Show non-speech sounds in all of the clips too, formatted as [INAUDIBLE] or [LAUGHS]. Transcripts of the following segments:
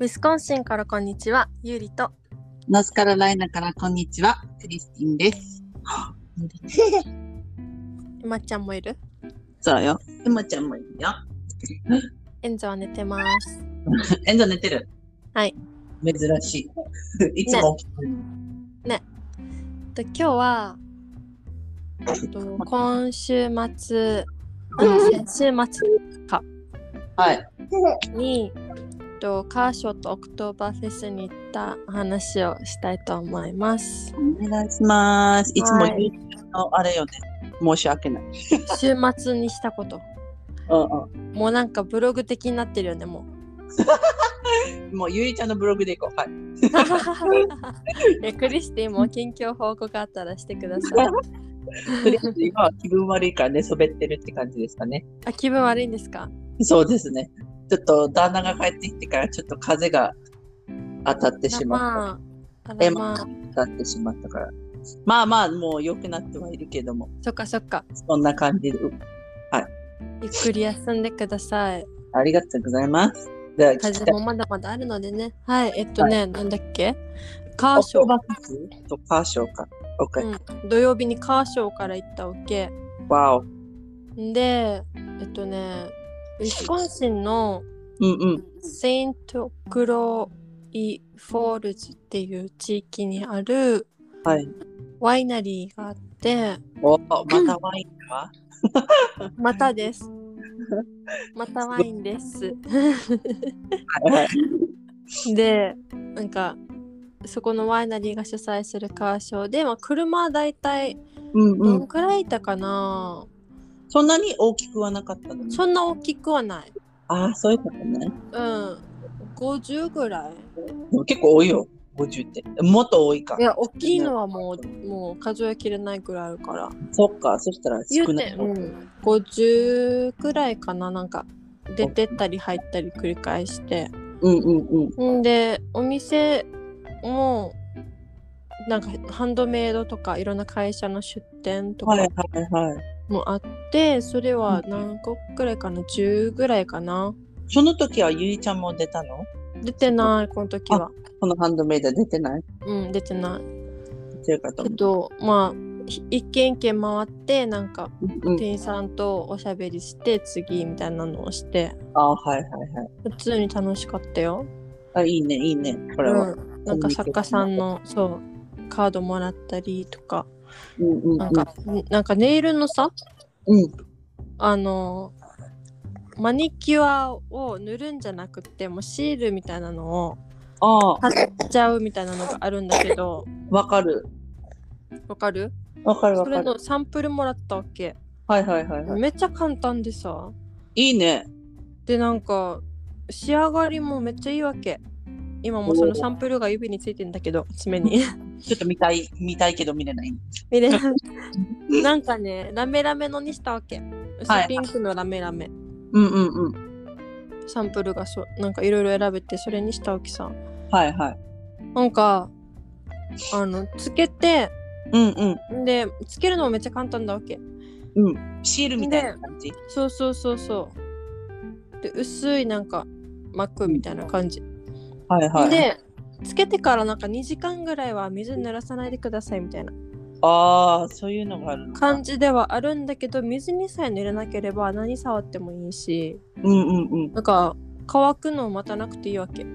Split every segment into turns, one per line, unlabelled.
ウィスコンシンからこんにちは、ゆうりと。
ノースカロライナからこんにちは、クリスティン [LAUGHS] です。
まっちゃんもいる
そうよ。エマちゃんもいるよ。
エンゾは寝てます。
エンド寝てる。
はい。
珍し [LAUGHS] い。いつも起きてる。
と今日は、えっと、今週末、あの先週
はい。
末に、えっと、カーショーとオクトーバーフェスに行った話をしたいと思います。
お願いします。いつも
はい
言うのあれよね。申し訳ない。
週末にしたこと。
うん
もうなんかブログ的になってるよね、も
うん。もうゆいちゃんのブログでいこう。 [LAUGHS] はい。
う。いやクリスティも近況報告があったらしてください。
クリスティン今は気分悪いから寝そべってるって感じですかね。
あ、気分悪いんですか
そうですね。ちょっと旦那が帰ってきてからちょっと風が当たってしまった。
まあ、あ
え
ら
ま
ま
あ
あ、、
なってしまったから。まあまあ、もう良くなってはいるけども、
そっかそっか。
そんな感じで。う
ゆっくり休んでください。
ありがとうございます。じゃあ、聞
風
きたい
もまだまだあるのでね。はい、えっとね、なんだっけカーショ
オクトー
ー、
バーフェスとカーショーか。OK。
うん。土曜日にカーショーから行ったわけ。
わお。うん
で、えっとね、ウィスコンシンの
ん
セイント・クロイ・フォールズっていう地域にある
うん。はい。
ワイナリーがあって、
おまたワ
[LAUGHS]
インか
またです。またワインです。 [LAUGHS]
はい
でなんかそこのワイナリーが主催するカーショーで、まあ、車はだいたい
うん
ど
うん
ん。くらいいたかな、
そんなに大きくはなかったの
そんな大きくはない
ああ、そういうことね。
うん50ぐらい
でも結構多いよ。50って。もっと多いか
い。や大きいのはもうもう数えきれないぐらいあるから
そっか。そしたら
言
少
う
な
て、
い。
うん、50ぐらいかななんか出てったり入ったり繰り返して
うんうんうん。
んでお店もなんかハンドメイドとかいろんな会社の出店とか、
はいはいはい。
もあってそれは何個くらいかな10ぐらいかな
その時はゆいちゃんも出たの
出てないこの時は
このハンドメイド出てない
うん出てない
出てるかと
け
思う。
どまあひ一軒一軒回ってなんか
うんうん
店員さんとおしゃべりして次みたいなのをして
あはいはいはい。
普通に楽しかったよ、
あいいねいいね。これは。
うんなんか作家さんのそうカードもらったりとか
うんうんうん。
なんか、なんかネイルのさ
うん。
あのマニキュアを塗るんじゃなくてもうシールみたいなのを
ああ
貼っちゃうみたいなのがあるんだけど
わかる。
わかる
わかるわ
それ
かる。
のサンプルもらったわけ
はいはいはいはい。
めっちゃ簡単でさ
いいね。
でなんか仕上がりもめっちゃいいわけ今もうそのサンプルが指についてんだけど爪に [LAUGHS]
ちょっと見たい見たいけど見れない。
見
[LAUGHS]
れないなんかねラメラメのにしたわけ
は
薄
い
ピンクのラメラメ、
うんうんうん。
サンプルがそうなんかいろいろ選べてそれにしたわけさ
はいはい。
なんかあのつけて
うんうん。
でつけるのもめっちゃ簡単だわけ
シールみたいな感じ。
そうそうそうそう。で薄いなんか膜みたいな感じ。
はいはい。
でつけてからなんか2時間ぐらいは水濡らさないでくださいみたいな
ああそういうのがあるのか
感。じではあるんだけど水にさえ濡れなければ何触ってもいいし
うんうんうん。
なんか乾くのを待たなくていいわけ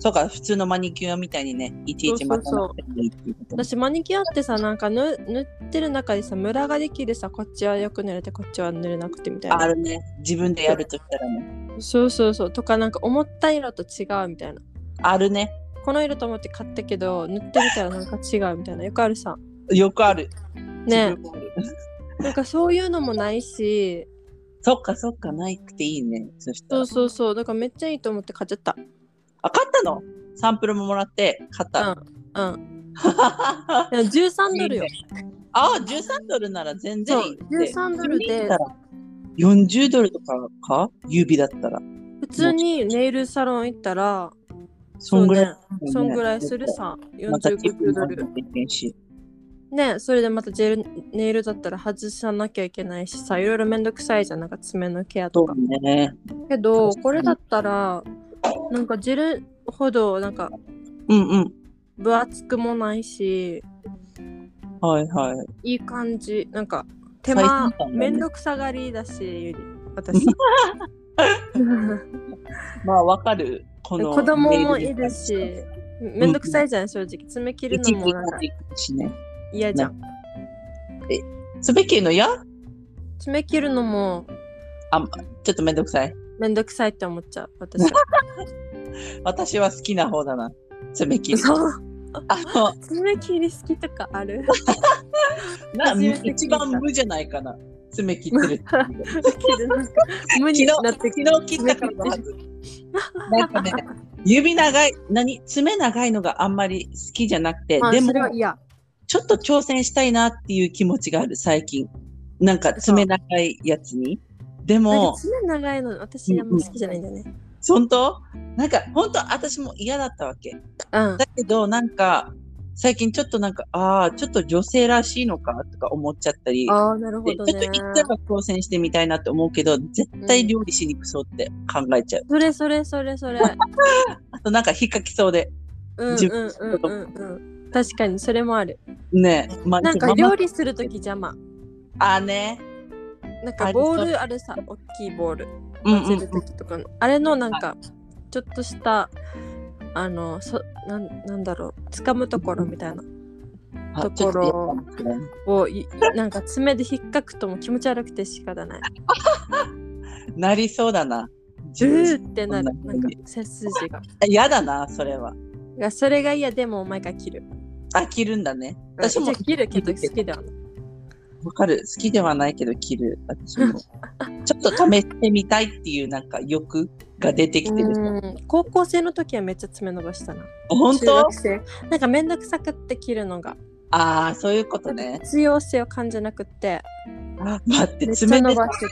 そうか普通のマニキュアみたいにねいちいちまたなってるっていうことね。
私マニキュアってさなんかぬ塗ってる中でさムラができるさこっちはよく塗れてこっちは塗れなくてみたい
あ
な
るね。自分でやるとしたらね。
そうそうそうとかなんか思った色と違うみたいな
あるね。
この色と思って買ったけど塗ってみたらなんか違うみたいなよくあるさ
よくある。
ね
自分もある。
なんかそういうのもないし
そっかそっかないくていいね。そした
そ
ら
う。そうそうだからめっちゃいいと思って買っちゃった
あ買ったの。サンプルももらって買った。
うんうん
[LAUGHS]
でも13ドルよ
ああ、13ドルなら全然いい
そう13ドルで
それだったら40ドルとかか指だったら。
普通にネイルサロン行ったら
そんぐらい、
そうねそんぐらいする。さ
またチップ
45
に
ド
なる
ル
といけんし。
ねそれでまたジェルネイルだったら外さなきゃいけないしさいろいろめんどくさいじゃんなんか爪のケア
そ
とか
うね。
けどこれだったらなんかジェルほどなんか
うんうん。
分厚くもないし
はいはい。
いい感じなんか手
最
間
先端だね
めんどくさがりだしゆり
[LAUGHS]
私
まあわかる。この
子供も
メール
い
に
るしめんどくさいじゃん正直爪切る
一
の
気
も
に
なんか
持っていくしね。
嫌じゃん
つべきのや
爪切るのも
ちょっとめんどくさい。
めんどくさいって思っちゃう私は
私は好きな方だな。つべき。
そう
あの、
爪切り好きとかあ
[LAUGHS]
る
な
初めて聞いた
一番無じゃないかな。つめ切ってるって。
切るなんか [LAUGHS] 無になって
昨日昨日切ったからのはず。なんかね、指長い、何爪長いのがあんまり好きじゃなくて、
まあ
でも
それは嫌
ちょっと挑戦したいなっていう気持ちがある、最近。なんか爪長いやつに。で
なん
も
か、爪長いの私あんま好きじゃないんだよね。
本当なんか、本当私も嫌だったわけ。
うん。
だけど、なんか、最近ちょっとなんか、ああ、ちょっと女性らしいのかとか思っちゃったり、
ああ、なるほ
でち
ど
ょっと
ね
一。回は挑戦してみたいなって思うけど、絶対料理しにくそうって考えちゃう。
それそれそれそれ。
あとなんか引っかきそうで、
うんうんうんうんうん。確かにそれもある。
ねえ、まあ
なんか
ママ
料理するとき邪魔。
ああね、
なんかボールあるさ、大きいボール。
うん
混
う
ぜ
ん
るときとかの。あれのなんか、ちょっとした、あの、そなんなんだろう、掴むところみたいな。
あ
と
ち
こ
ょっと嫌
ろ
かもしれない
をいなんか爪で引っかくとも気持ち悪くて仕方ない。
なりそうだな。
ズーってな
そ
る。
んな
な
風
ん
に
か背筋が。
嫌だな、それは。
いやそれが嫌でも毎回切る。
あ、着るんだね。私も
一応切るけど好きではない。
わかる。好きではないけど着る。私も。 [LAUGHS] ちょっと試してみたいっていうなんか欲が出てきてる。
うん高校生の時はめっちゃ爪伸ばしたな。
本
中
当
学生なんかめんどくさくって切るのが
ああ、そういうことね。
必要性を感じなくって
あ待って、
めっちゃ
爪で
伸ばして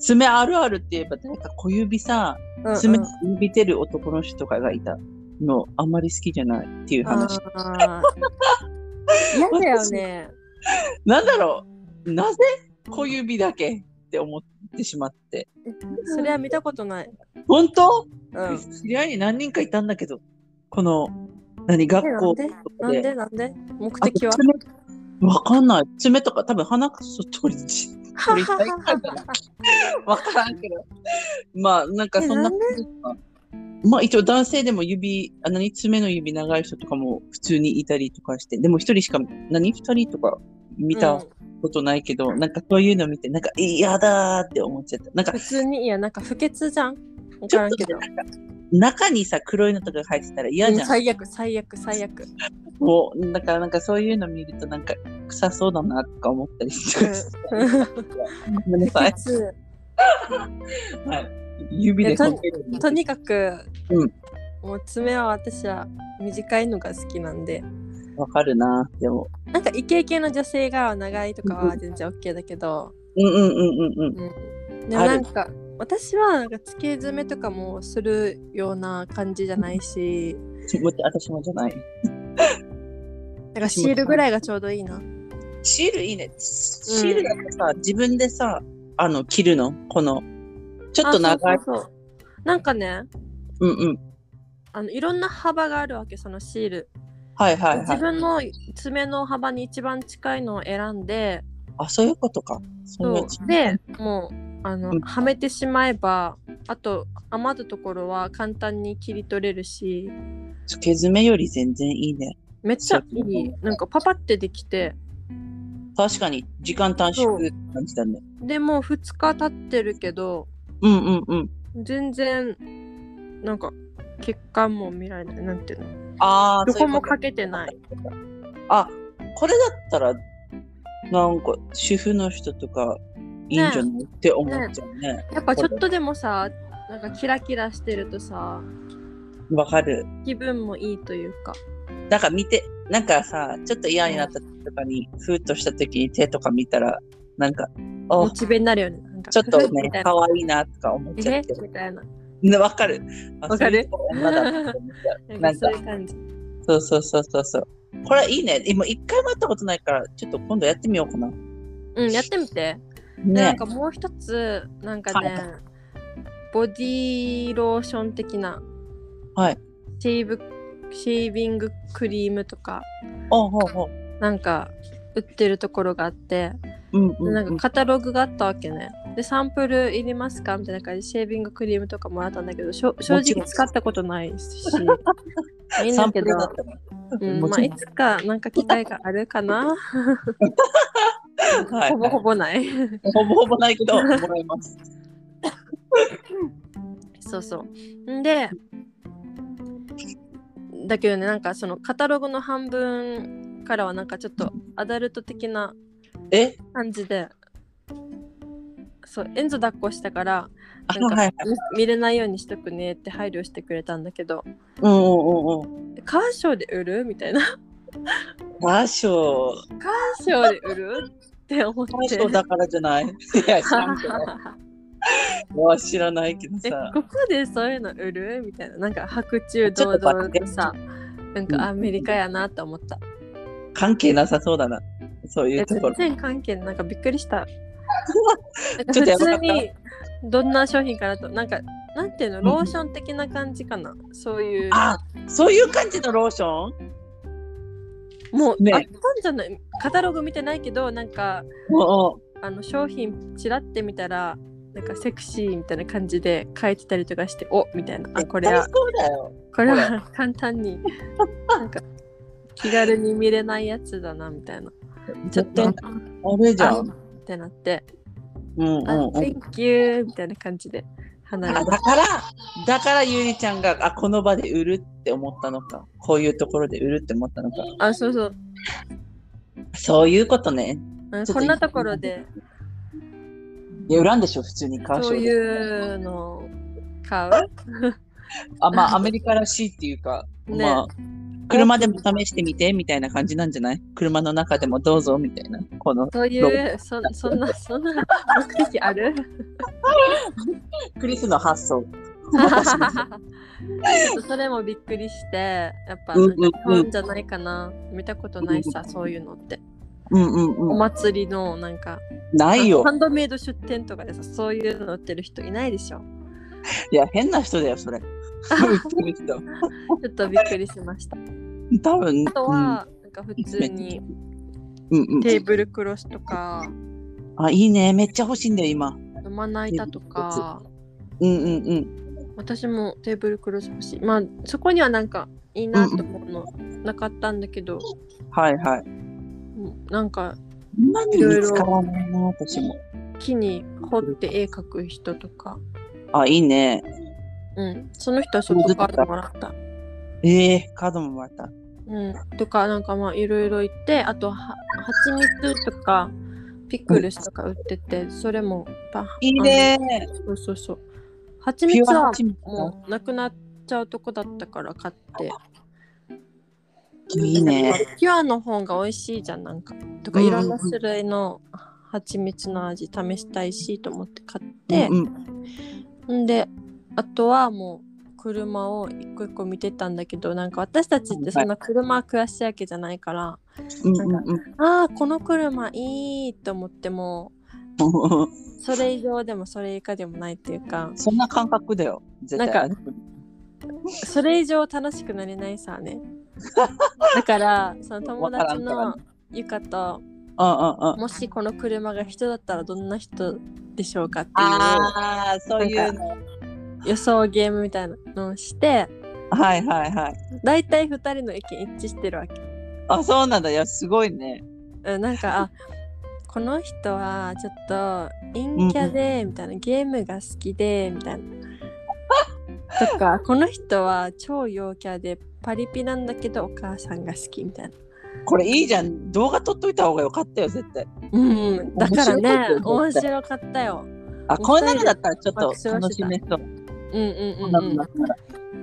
爪あるあるって言えば、誰か小指さ、
た。うん
爪
うん
伸びてる男の人とかがいたの、あんまり好きじゃないっていう
あ
話。
ー嫌だよね。
なんだろうなぜ小指だけって思ってしまって。
それは見たことない。
本当、
うん。
知り合いに何人かいたんだけど、この、何、学校
え
とか
なんでなんで目
あと
的は
爪わかんない。爪とか多分鼻くそ取り
[LAUGHS]
ち、取りたいからかなわからんけど。まあ、なんかそんな感じかまあ一応男性でも指、あ何爪の指長い人とかも普通にいたりとかして、でも一人しか、何二人とか見た
うん
ことないけど、なんかそういうの見て、なんか嫌だーって思っちゃった。なんか
普通にいやなんか不潔じゃん。分からんけど。
中にさ、黒いのとかが入ってたら嫌じゃん。
最悪最悪最悪。
もう、だからなんかそういうの見るとなんか臭そうだなとか思ったりして。ごめんなさい
不。潔
はい。指でこけるの
とにかく、
うん
もう爪は私は短いのが好きなんで
わかるな。でも。
なんかイケイケの女性が長いとかは全然 OK だけど、
うんうんうんうんうん。
でも
あ
な
る
んか私はなんか付け爪とかもするような感じじゃないし
ちも私もじゃない。
なんかシールぐらいがちょうどいいな
シールいいね。シールだってさ、自分でさ、あの、切るの。この、ちょっと長い
あ。そうそうそうなんかね
うんうん。
あのいろんな幅があるわけそのシール、
はいはいは
自
い。
分の爪の幅に一番近いのを選んで
あ、そういうことか。そ
そううでもうあの、
うん
はめてしまえばあと余るところは簡単に切り取れるし
つけ爪より全然いいね。
めっちゃい
そうそう
いなんかパパってできて
確かに、時間短縮って感じだね。
でもう2日経ってるけど
うんうんうん。
全然なんか血管も見られないなんていうの
ああ、
ど
そうい
こも
うこと
かけてない
あ、これだったら、なんか、主婦の人とか、いいんじゃない、って思っちゃうね。
やっぱちょっとでもさなんかキラキラしてるとさ
わかる。
気分もいいというか
なんか見て、なんかさ、ちょっと嫌になった時とかに、ふーっとした時に手とか見たら、なんか、あ
モ、チベになるよねなんか
ちょっと
み
ね
た、いな
可愛いなとか思っちゃ
え
って。
みたいな
ねわかる。あ
わかる
そういう人は女だなって思っちゃう
な
なんん
か
か
そう、いう感じ
そうそうそうそうそう。これいいね。今一回もやったことないから、ちょっと今度やってみようかな。
うんやってみてでなん
ね
かもう一つなんかね、
は
ボディーローション的な
はい
シェイブシェービングクリームとか
ほうほうほう。
なんか売ってるところがあって
うん
で
うん
な
うん
んかカタログがあったわけねでサンプルいりますかみたいな感じでシェービングクリームとかもらったんだけどしょ正
もちろ
直
ん
使ったことないし
[LAUGHS]
いいん
サン
だ
プ
け
ルだ
ど
っ、たの。
うん
も
ま
ち
あ、
ろん
いつかなんか機会があるかな
はい
ほぼほぼない
ほぼほぼないけど、もらいます。
そうそうんでだけどねなんかそのカタログの半分からはなんかちょっとアダルト的な
[LAUGHS] え
感じでそうエンゾ抱っこしたから
あ、
なん
はい
か
はい。
見見れないようにしとくねって配慮してくれたんだけど
うんうんうんうん。
カーショーで売るみたいな
大将、
カーショーで売るって思って
大将だからじゃない。いや、知らんけど。俺は知らないけど
[LAUGHS] え
さ。
ここでそういうの売るみたいななんか白昼堂
ちょっと
々
待って
とさなん
うん
かアメリカやなって思った、
関係なさそうだな。そうい
え
うとこ
全然
ろ。
関係ないなんかびっくり
[LAUGHS]
したなんか
ちょっとや
普
ばか
通
った
にどんな商品かなとなんかなんていうのローション的な感じかな、そういう
あ、そういう感じのローション
もう、
ね
あったんじゃないカタログ見てないけどなんか
も
あの商品ちらって見たらなんかセクシーみたいな感じで書いてたりとかしておみたいな
う
あ
ん、
これは
絶対そうだよ。
これは簡単になんか気軽に見れないやつだなみたいなちょっと
絶対あれじゃ
あ
ん。
ってなって
うんう
「
ん
あ
うん。
Thank you」みたいな感じで離れ
あ
て
だから、だからゆりちゃんが、あ、この場で売るって思ったのか。こういうところで売るって思ったのか。
あそうそう
そういうことね。
うん
ちょっと
こんなところで
いや、売らんでしょ、普通にカーショ
そ
ー
う
で
いうのを買う
あ、まあ、アメリカらしいっていうか、
[LAUGHS] ね
まあ、車でも試してみてみたいな感じなんじゃない車の中でもどうぞみたいな。この
そういうそそ
[LAUGHS]
んなそんな目的ある
クリスの発想。
ちょっとそれもびっくりしてやっぱ
うん
な
うんん
か
うん
日本じゃないかな見たことないさそういうのって
うんうん
お
うん。
祭りのなんか
ないよ
ハ。ンドメイド出店とかでさそういうの売ってる人いないでしょ
いや、変な人だよ、そ
[LAUGHS]
れ。売っ
ち
てる
ょっとびっくりしました
人多分。
あとは、なんか普通に
うん、うんう
テーブルクロスとか、
ん。あ、いいね。めっちゃ欲しいんだよ、今。
まな板とか、
うんうんうん。
私もテーブルクロス欲しい。まあ、そこにはなんかいいなと思うの、なかったんだけど、
はいはい。
うんなんか
今に見つからないな、私も。
木に彫って絵描く人とか、
あ、いいね。
うん、その人は外からもらった。
ええカードももらった。
うん、とか、なんかまあいろいろ行って、あとは、蜂蜜とか、ピクルスとか売ってて、それもば、
いいね。
そうそうそう。蜂
ピ
蜜
ュア
は
ハチミツだ
もうなくなっちゃうとこだったから買って。
いいね。
ピュアの方が美味しいじゃん、なんか。とか、
うん
い
うんうん
ろんな種類の蜂蜜の味試したいしと思って買って
う。ん
んで、あとはもう車を一個一個見てたんだけど、なんか私たちってそんな車詳しいわけじゃないから、
うんうんうん
ああ、この車いいと思っても、
うん。
それ以上でもそれ以下でもないっていうか、
そんな感覚だよ。絶対
なんそれ以上楽しくなれないさ
[LAUGHS]
ね。だから、その友達のゆかと、
うんうんうん。
もしこの車が人だったらどんな人でしょうかってい
ああ、そういうの。
う予想ゲームみたいなのをして、
はいはいはい。
大体2人の意見一致してるわけ。
あ、そうなんだ。いや、すごいね。
うんなんか、あこの人はちょっと陰キャで、みたいな、ゲームが好きで、みたいな。とか、 [LAUGHS] この人は超陽キャで、パリピなんだけどお母さんが好きみたいな。
これいいじゃん。動画撮っといた方がよかったよ、絶対。
うん、だからね、面
面白
白かったよ。
あ、こんなのだったらちょっ
爆笑してた
と楽しめそう。
うんうん
な
うん
ん
う
だ
ん。
ったら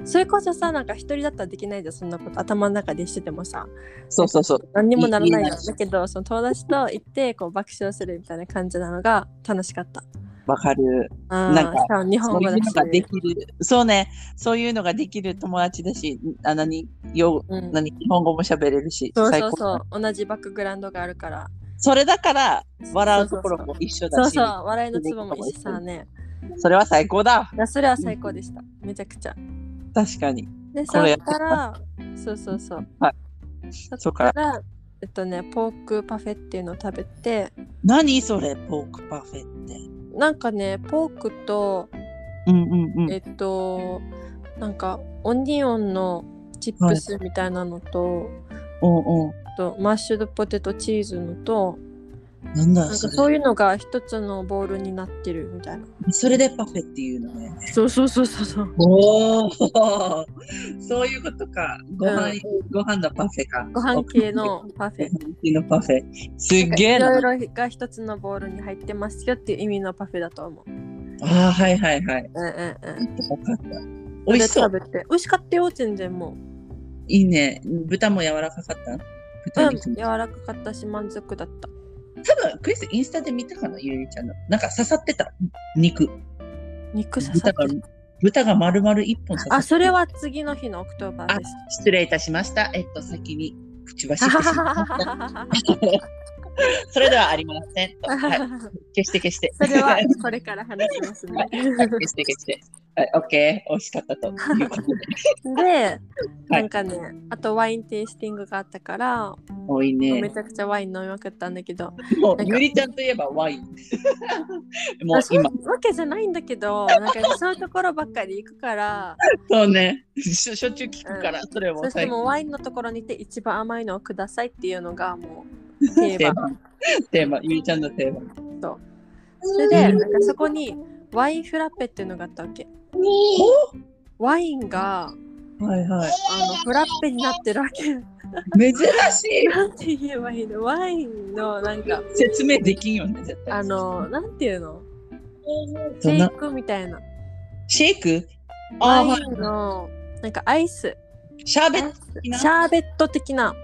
それこそさ、なんか一人だったらできないじゃん、そんなこと。頭の中でしててもさ、
そうそうそう。
何にもならない
いい
じ
ね
ゃん。だけど、その友達と行って、こう爆笑するみたいな感じなのが楽しかった。
わかる。
うん、
なんか
しかも日
そ
本
うい
語だ
うの
し。
ができる。そうね。そういうのができる友達だし、あ、何、よ、
うん、
何、日本語も喋れるし、
そうそう
最
そ
高。
う、同じバックグラウンドがあるから。
それだから、笑うところも一緒
そ
だ
う
し
そう、、笑いのツボも一緒さね。
それは最高だ。
いやそれは最高でした。めちゃくちゃ。
確かに。
で、
こ
そ
れや
っ
って
から、そうそうそう。
は
そ
そ
っ
っ
か
からら、
えっとね、ポークパフェっていうのを食べて、
何それ、ポークパフェって。
なんかね、ポークと、
うんうんうん。
えっと、なんか、オニオンのチップスみたいなのと、
おうおう。
あとマッシュドポテトチーズのと、
なんだ
なんか
それ。
そういうのが一つのボールになってるみたいな。
それでパフェっていうのね。
そうそうそうそうそう。
おお。 [LAUGHS] そういうことか。ご飯、ご飯のパフェか。
ご飯系のパフ
ご
ェ
[LAUGHS] 飯。系のパフェ。すっげえ
いろ
な。
いろが一つのボールに入ってますよっていう意味のパフェだと思う。
ああ、はいはいはい。
うんうんうん。
わかった。美味しそう。
れで食べて。美味しかったよ、全然も
いいね。豚も柔らかかった
う。
豚
うん、柔
肉も。
らかかったし満足だった。
多分クリスインスタで見たかな、ゆりちゃんの。なんか刺さってた。肉。
肉刺さ
豚
っ
が
てる。
豚が丸々一本刺さってた
あ、それは次の日のオクトーバーです。
失礼いたしました。えっと、先にくちばしって
[LAUGHS]
しまいましたそれではありませんと。はい、
[LAUGHS]
消して消して。
それはこれから話しますね。
はい [LAUGHS] 消して消して。はい、オッケー、美味しかったということで。
で、なんかね、あとワインテイスティングがあったから、
多い
め
ね。
ちゃくちゃワイン飲みまくったんだけど、
もう
なん、か
ゆりちゃんといえばワイン。もう
あそう
今、
わけじゃないんだけど、なんかそういうところばっかり行くから、
そうね、しょしょっちゅう聞くから、それ
そ
も
して
最
もう
近
ワインのところに行って一番甘いのをくださいっていうのがもう定
テー
番。
マ、テーマ、ゆりちゃんのテーマ。
そうそれで、なんかそこにワインフラッペっていうのがあったわけ。ワインがあ
はいはい。
のフラッペになってるわけ。
珍しい。
なんて言えばいいのワインのなんか、
説明できんよね、絶対。
あの、なんていうのシ
そん
ェ
な
イクみたいな。
シェイク
ワ
あー、は
インのなんかアイス、
い、シャーベット
シ
的な
ャーベット的な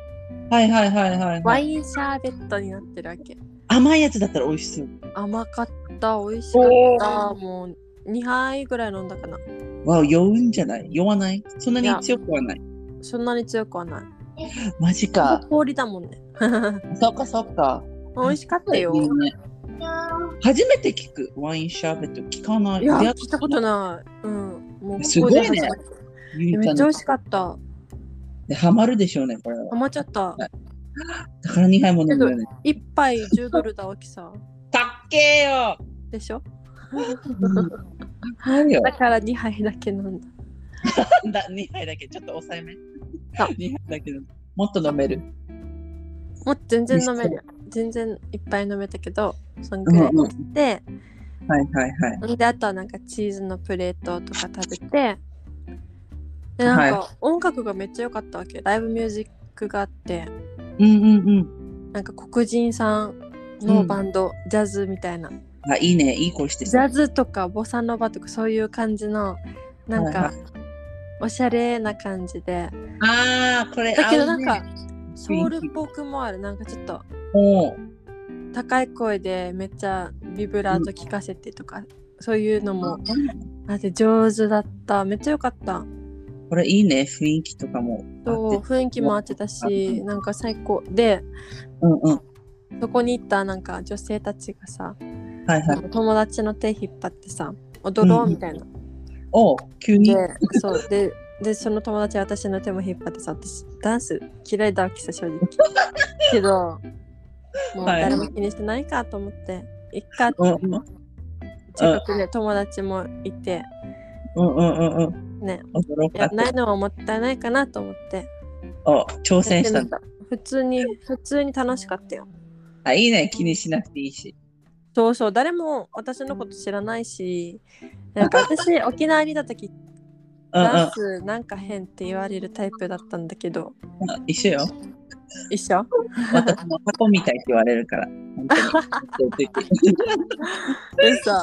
はいはいはいはい、
ワ
はい。
インシャーベットになってるわけ。
甘いやつだったら美味しそう。
甘かった、美味しかった。もう2杯ぐらい飲んだかな。
わあ、酔うんじゃない酔わないそんなに強くはない。
そんなに強くはない。
マジか。
氷だもんね。
そっかそっか。
美味しかったよ。
いいね初めて聞くワインシャーベット聞かない。
いや、
出会っ
聞いたことない。うん。もう
す
こ
ご
こ
いね
で初めて、
ゆうち
め
ゃ
っ
ん
ちゃ美
の
味しかった。
でハマるでしょうね、これ
ハ
は。
マっちゃった。
だから2杯も飲んだよね。
一杯10ドルだわけさ。
たっけーよ、
でしょ
はいよ
だから2杯だけ飲んだ。
だ !2 杯だけ、ちょっと抑えめ。
あ
2杯だけど、もっと飲める。
もう全然飲めるよ。全然いっぱい飲めたけど、そんぐらい
うんう
で、
はいはいはい。
で、あとはなんかチーズのプレートとか食べて、で、なんか音楽がめっちゃ良かったわけ。ライブミュージックがあって、
うんうんうん。
なんか黒人さんのバンド、ジャズみたいな。
あ、いいね、いい声して
ジ
る。
ャズとかボサノバとかそういう感じの、なん
は
か
い、
おしゃれな感じで。
あー、これ、
だけど
合
な
うんね
か、ソウルっぽくもある。なんかちょっと
おう
高い声でめっちゃビブラート聞かせてとか、そういうのもあって上手だった。めっちゃ良かった。
これいいね、雰囲気とかも
そう
あって。
雰囲気も合ってたし、なんか最高で、
うんうん。
そこに行ったなんか女性たちがさ、
はいはい。
友達の手引っ張ってさ、踊ろうみたいな。
おう急に。
で、そうで、で、その友達は私の手も引っ張ってさ、私ダンス嫌いだわけさ、正直。けど、もう
はい
誰も気にしてないかと思って、いっかって
うんうん
近くで友達もいて、
うんうんうんうん。
ね、
驚
い
か
や
っ
ないのはもったいないかなと思って。
た。お挑戦した
やっ
んだ。
てみた普通に、普通に楽しかったよ。
あ、いいね、気にしなくていいし。
そうそう、誰も私のこと知らないし、なんか私、沖縄にいた時、
うんうん
ダン。スなんか変って言われるタイプだったんだけど、
うん
[LAUGHS]
一緒よ。
一緒
私もタコみたいって言われるから。本当に
[LAUGHS] 嘘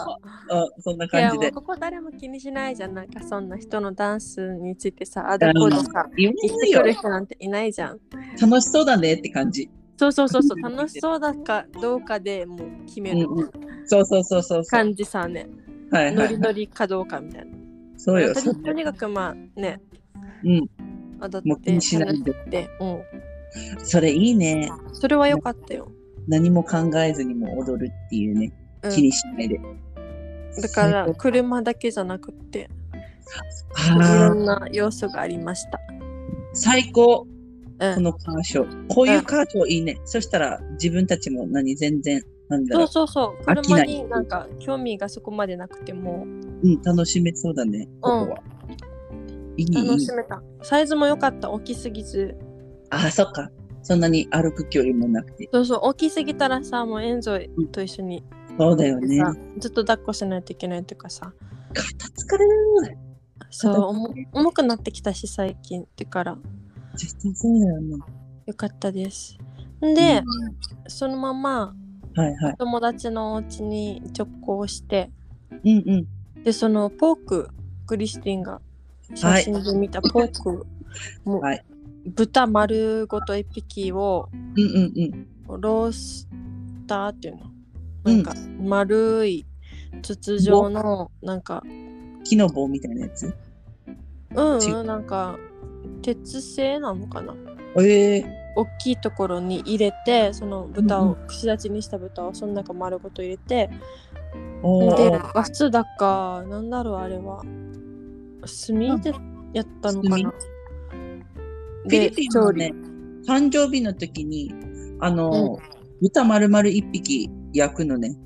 うん、そんない
や
感じ
もう
で。
ここ誰も気にしないじゃん。なんかそんな人のダンスについてさ、あだこうださ、
言
言っ
わない
てくる
よ。
人なんていないじゃん。
楽しそうだねって感じ。
そうそうそう [LAUGHS] そう、楽しそうだかどうかでもう決める
うんうんそうそうそうそうそう。
感じさね、
はいは
ノリ
い。
ノリかどうかみたいな。
そうよ。
と
そう
にとにかくまあね、
うん。
踊
も
っ
う気
て
にしないで。
で、うん、
それいいね。
それは良かったよ。
何も考えずにも踊るっていうね。
うん
気にしないで。
だから
最高
車だけじゃなくってい
あ
ろ
ー
んな要素がありました。
最高。
うん
このカーショー。こういうカーショーいいね。そしたら自分たちも何全然、なんだ
そ
ろ
う
う。
そうそう。
飽きな
車
い
になんか興味がそこまでなくても
うん、楽しめそうだね。ここは。いい、い
楽
い
し。めた。サイズも良かった。大きすぎず。
ああ、そっか。そんなに歩く距離もなくて。
そうそう。大きすぎたらさ、もうエンゾと一緒に
そうだよね。
さ、ずっと抱っこしないといけないとかさ。
肩疲れる。
そう
肩、
重重くなってきたし、最近ってから。
絶対そうだよね。
よかったです。で、
う
そのまま
んはいはい。
友達のお家に直行して、
うんうん。
で、そのポーク、クリスティンが写真で見たポーク、もう
はい
豚丸ごと一匹を
うんうんうん。
ロースターっていうの、
うん
なんか丸い筒状のなんか
木の棒みたいなやつ。
うん
ち
うんなんか鉄製なのかな
ええ
大きいところに入れてその豚
うん
を串立ちにした豚をその中丸ごと入れて、
お
で
ー
ガスだかなんだろうあれは炭でやったのかな
フィリピンのね
調、
誕生日の時に、あの、
う
豚丸々一匹焼くのね。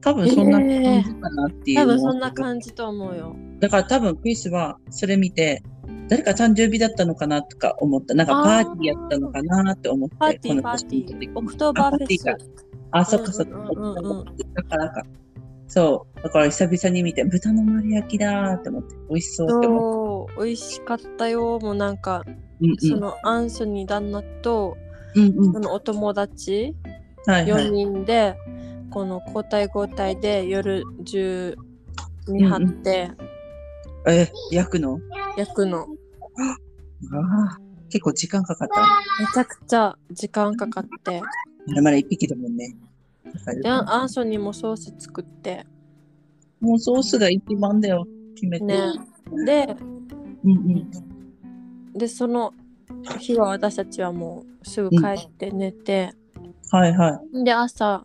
多分そんな感じかなって
理
いう、
多分そんな感じと思うよ
だから多分クリスはそれ見て、誰か誕生日だったのかなとか思った。なんかパーティーやったのかなって思って。
パーティ
こ
ー
の
パー
年
テ
に
ィ
なって
ーオクトーバーフェス
あパーティあ、そっかそっか。
うんうんうんうん
だからか。そう。だから久々に見て、豚の丸焼きだーって思って、美味しそうって思っ
そ
て。
う美味しかったよもうなんか、
うん
そのアンソニー旦那と
うん。うんう
そ
ん。
のお友達
はいは
4
い。
人で、この交代交代で夜中に張って
え、焼くの
焼くの、め
ああ。結構時間かかった。
ちゃくちゃ時間かかって
まるまる一匹だもんね。わかる
でアンソニーもソース作って
もうソースが一番だよ。決めて。
ねで
うんうん。
でその日は私たちはもうすぐ帰って寝て、
はいはい。
で朝、
ん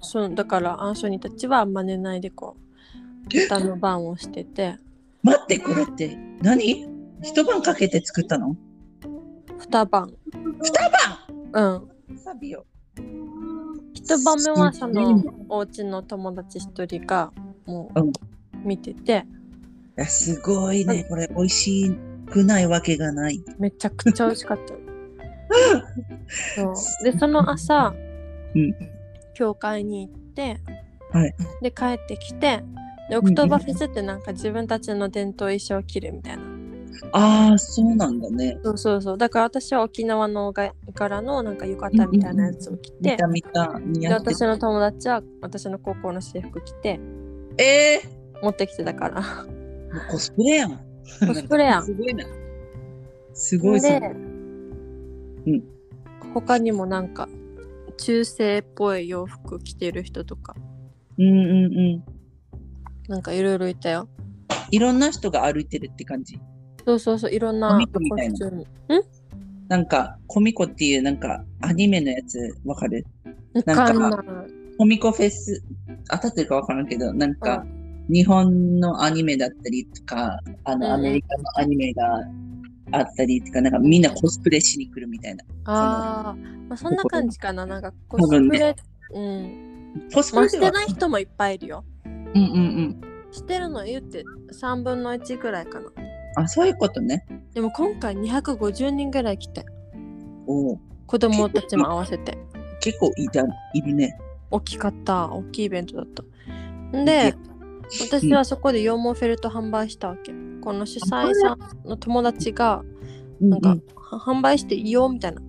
そのだからアンソニーたちはあんま寝ないでこう歌の番をしてて
待って、これって何一晩かけて作ったの
二晩
二晩
うん
サビよ。
一晩目はその
すごい
お家の友達一人がも
うん
う見てて
いやすごいね。これ美味しくないわけがない。
めちゃくちゃ美味しかった
[LAUGHS]
そうでその朝、
うん
教会に行って、
はい
で帰ってきてでオクトーバーフェスってなんか自分たちの伝統衣装を着るみたいな
ああ、そうなんだね。
そうそうそう。だから私は沖縄のが柄のなんか浴衣みたいなやつを着
見
て、
た見た。似
で
合って
私
た。
の友達は私の高校の制服着て
え
持ってきてた
[LAUGHS]
から。
ー、もうコスプレやん。
コスプレやん
[LAUGHS] すごいな。すごいすごい。
他にもなんか中世っぽい洋服着てる人とか
うんうんうん。
なんかいろいろいたよ。
いろんな人が歩いてるって感じ。
そうそうそういろんなコ
コミックみたいな
スチューム。
なんか、コミコっていうなんかアニメのやつわかる
わかん
な
なんい。
コミコフェス、当たってるかわからんけど、なん
う
か、日本のアニメだったりとか、あ
うんう
の、
ん
アメリカのアニメがあったりとか、なんかみんなコスプレしに来るみたいな。
あー、まあ、そんな感じかな。なんかコ
多
ス
分
プレ、
ね
うん。
コスプ
まあ、
レ
し
で
て
は
ない人もいっぱいいるよ。
うんうんうん。
してるの言って3分の1ぐらいかな。
あ、そういうことね。
でも今回250人ぐらい来て
おお。
子供たちも合わせ
[LAUGHS]
て
結構いた、いるね。
大きかった大きいイベントだったで私はそこで羊毛フェルト販売したわけこの主催さんの友達が
うん
なんか、
うん
は販売していいよみたいな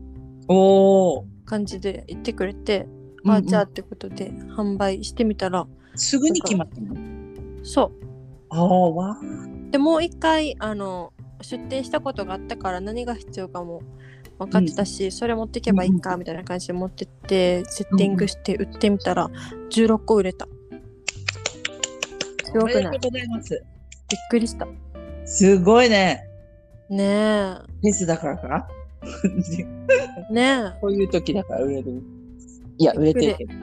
おお。
感じで言ってくれて、
う
あ
んうん
じゃあってことで販売してみたら
すぐに決まったの
そ
ああ、わー
うでもう一回あの出店したことがあったから何が必要かも分かってたし、それ持ってけばいいかみたいな感じで持ってってセッティングして売ってみたら16個売れたす
お
ご
め
く
で
ない
とうございます。
びっくりした。
すごいね。
ね
フェスだからか [LAUGHS] な
え。ね
こういう時だから売れる。いや、売れてるけど。
え。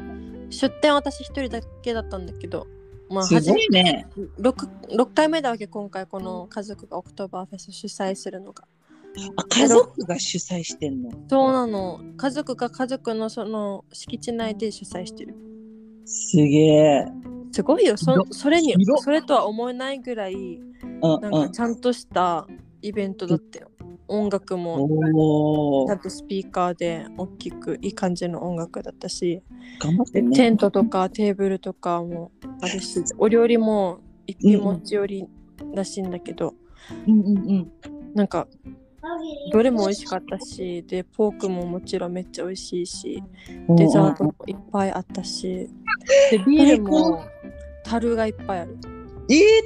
出店私一人だけだったんだけど、まあ、
す
初
ご
め
いね。
六六回目だわけ今回この家族がオクトーバーフェス主催するのが
あ、家族が主催してんの。
そうなの家族が家族のその敷地内で主催してる
すげえ。
すごいよそ
広
それに
広
それとは思えないぐらい
うん
なん
う
か
ん。
ちゃんとしたイベントだったよ音楽も
おお
ちゃ。んとスピーカーで大きくいい感じの音楽だったし
頑張って
で
ね。
テントとかテーブルとかもあるしお料理も一品持ち寄りらしいんだけど、
うんうんうん。
なんかどれも美味しかったしでポークももちろんめっちゃ美味しいしデザートもいっぱいあったしでビールも樽がいっぱいある、
ええ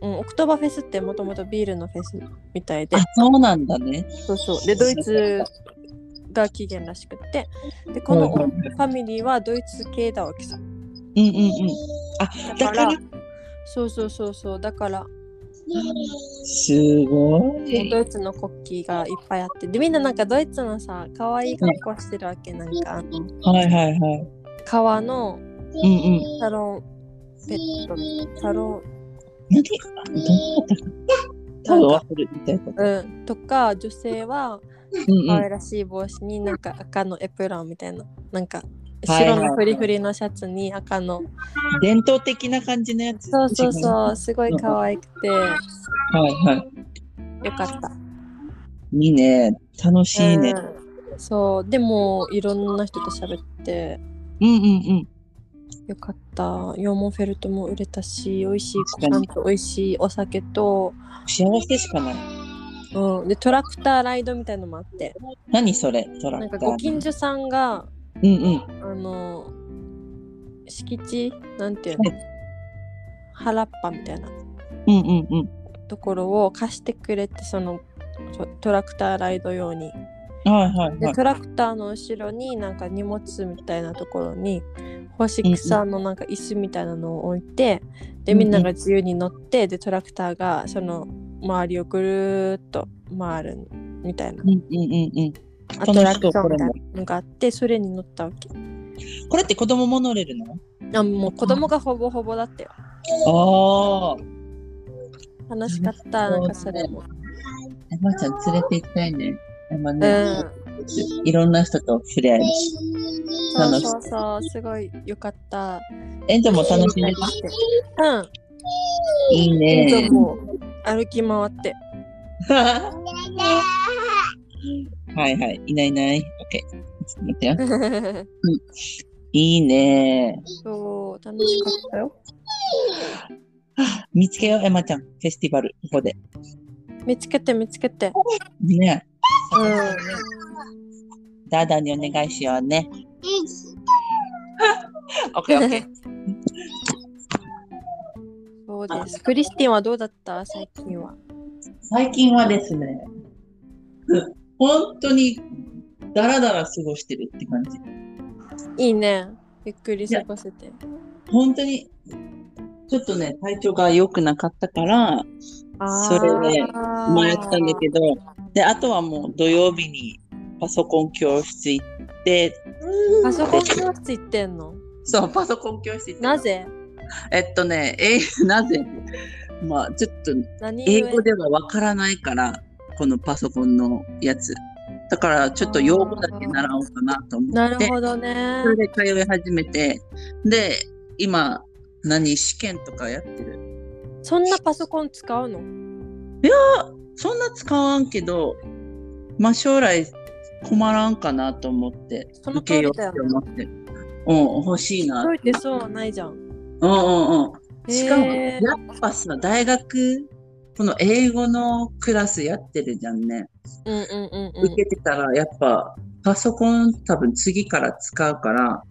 うん、オクトーバーフェスってもともとビールのフェスみたいで
ー、あ、そうなんだね。
そうそうでドイツが起源らしくってでこの
うん
ファミリーはドイツ系だわけさ
うんうんうん。だから
そうそうそうそうだから
すごい。
ドイツの国旗がいっぱいあってでみんななんかドイツのさ可愛い格好してるわけなんかあの
はいはいはい。
革の
うんうん。
サロンペットみたいなサロ
何どうだったタオルを忘れみたい
ン、
な。
うん、とか女性は
うんう
可
ん。
愛らしい帽子になんか赤のエプロンみたいななんか
はいはい
白のフリフリのシャツに赤の、
伝統的な感じのやつ。
そうそう
は
そうすごい可愛くてよ
いは
かった
い。いいね。楽しいね。
うんそうでもいろんな人と喋って
うんうんうん。
よかった羊毛フェルトも売れたし美味しいご
確か
飯
に
と美味しいお酒と、
幸せしかない。
うん、でトラクターライドみたいのもあって
何それトラ
なんか
クタ
ご
ー。
近所さんが
うんうん。
あの敷地なんていうの
は
原っぱみたいな
うんうんうん。
ところを貸してくれてそのトトラクターライド用に
はいはいは
で
い。
トラクターの後ろになんか荷物みたいなところに干し草のなんか椅子みたいなのを置いてで
うん
み
うん
んなが自由に乗ってでトラクターがその周りをぐるーっと回るみたいな
うんうんうんうん。
アトラクシ
楽しそ
ョン
うこ
み
れ
たい
も
なのがあってそれに乗ったわけ
これって子供モノレールなの
あもう子供がほぼほぼだったよ
ああ。
楽しかったなんかそれも
山ちゃん連れて行きたいね。山
う
ね、
ん
いろんな人と触れ合えるし。
そう
楽し
そ
そう
うそうすごいよかった
エンドも楽しめる。
うん
いい
えっ
ね
と。もう歩き回って
はいはい。いないいない。オッケー。ちょっと待ってよ。いいね。
そう、楽しかったよ。
見つけよう、エマちゃん。フェスティバル、ここで。
見つけて見つけて。
ね。
う
ダーダーにお願いしよ
[LAUGHS]
うね。オッケーオッケー。
ん、そうです。クリスティンはどうだった最近は。
最近はですね、本当にダラダラ過ごしてるって感じ。
いいね。ゆっくり過ごせて。
本当に、ちょっとね、体調が良くなかったから、
あ
それね
ー
迷ったんだけど、で、あとはもう土曜日にパソコン教室行って、
パソコン教室行ってんの
そう、パソコン教室行って。
なぜ
えっとね、えーなぜまあ、ちょっと
何故
英語ではわからないから、このパソコンのやつ。だから、ちょっと用語だけ習おうかなと思って。
なるほどね
そ。れで通い始めて、で、今、何、試験とかやってる。
そんなパソコン使うの
そんな使わんけど、まあ将来困らんかなと思って、
その
受
通
け
りだ
よ
よ
うって思ってる。うん、欲しいな。うん
解いてそうはないじゃん。
うんうん。しかも、
へ
や
ー
っぱさ、大学、この英語のクラスやってるじゃんね。
うんうんうんう
受
ん
けてたら、やっぱ、パソコン多分次から使うから、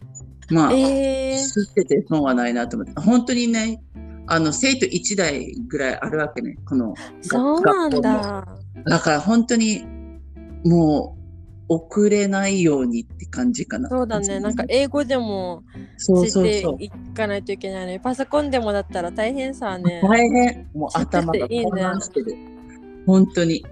まあ、。
えー、
知ってて損はないなと思って本当にねあの生徒1台ぐらいあるわけねこの
そうなんだ。
だから本当にもう遅れないようにって感じかな
そうだね。なんか英語でも
そう
つ
そう
い
そう
ていかないといけないのに、パソコンでもだったら大変さね。
大変もう頭
知って
が
ていいね
混乱してる本当に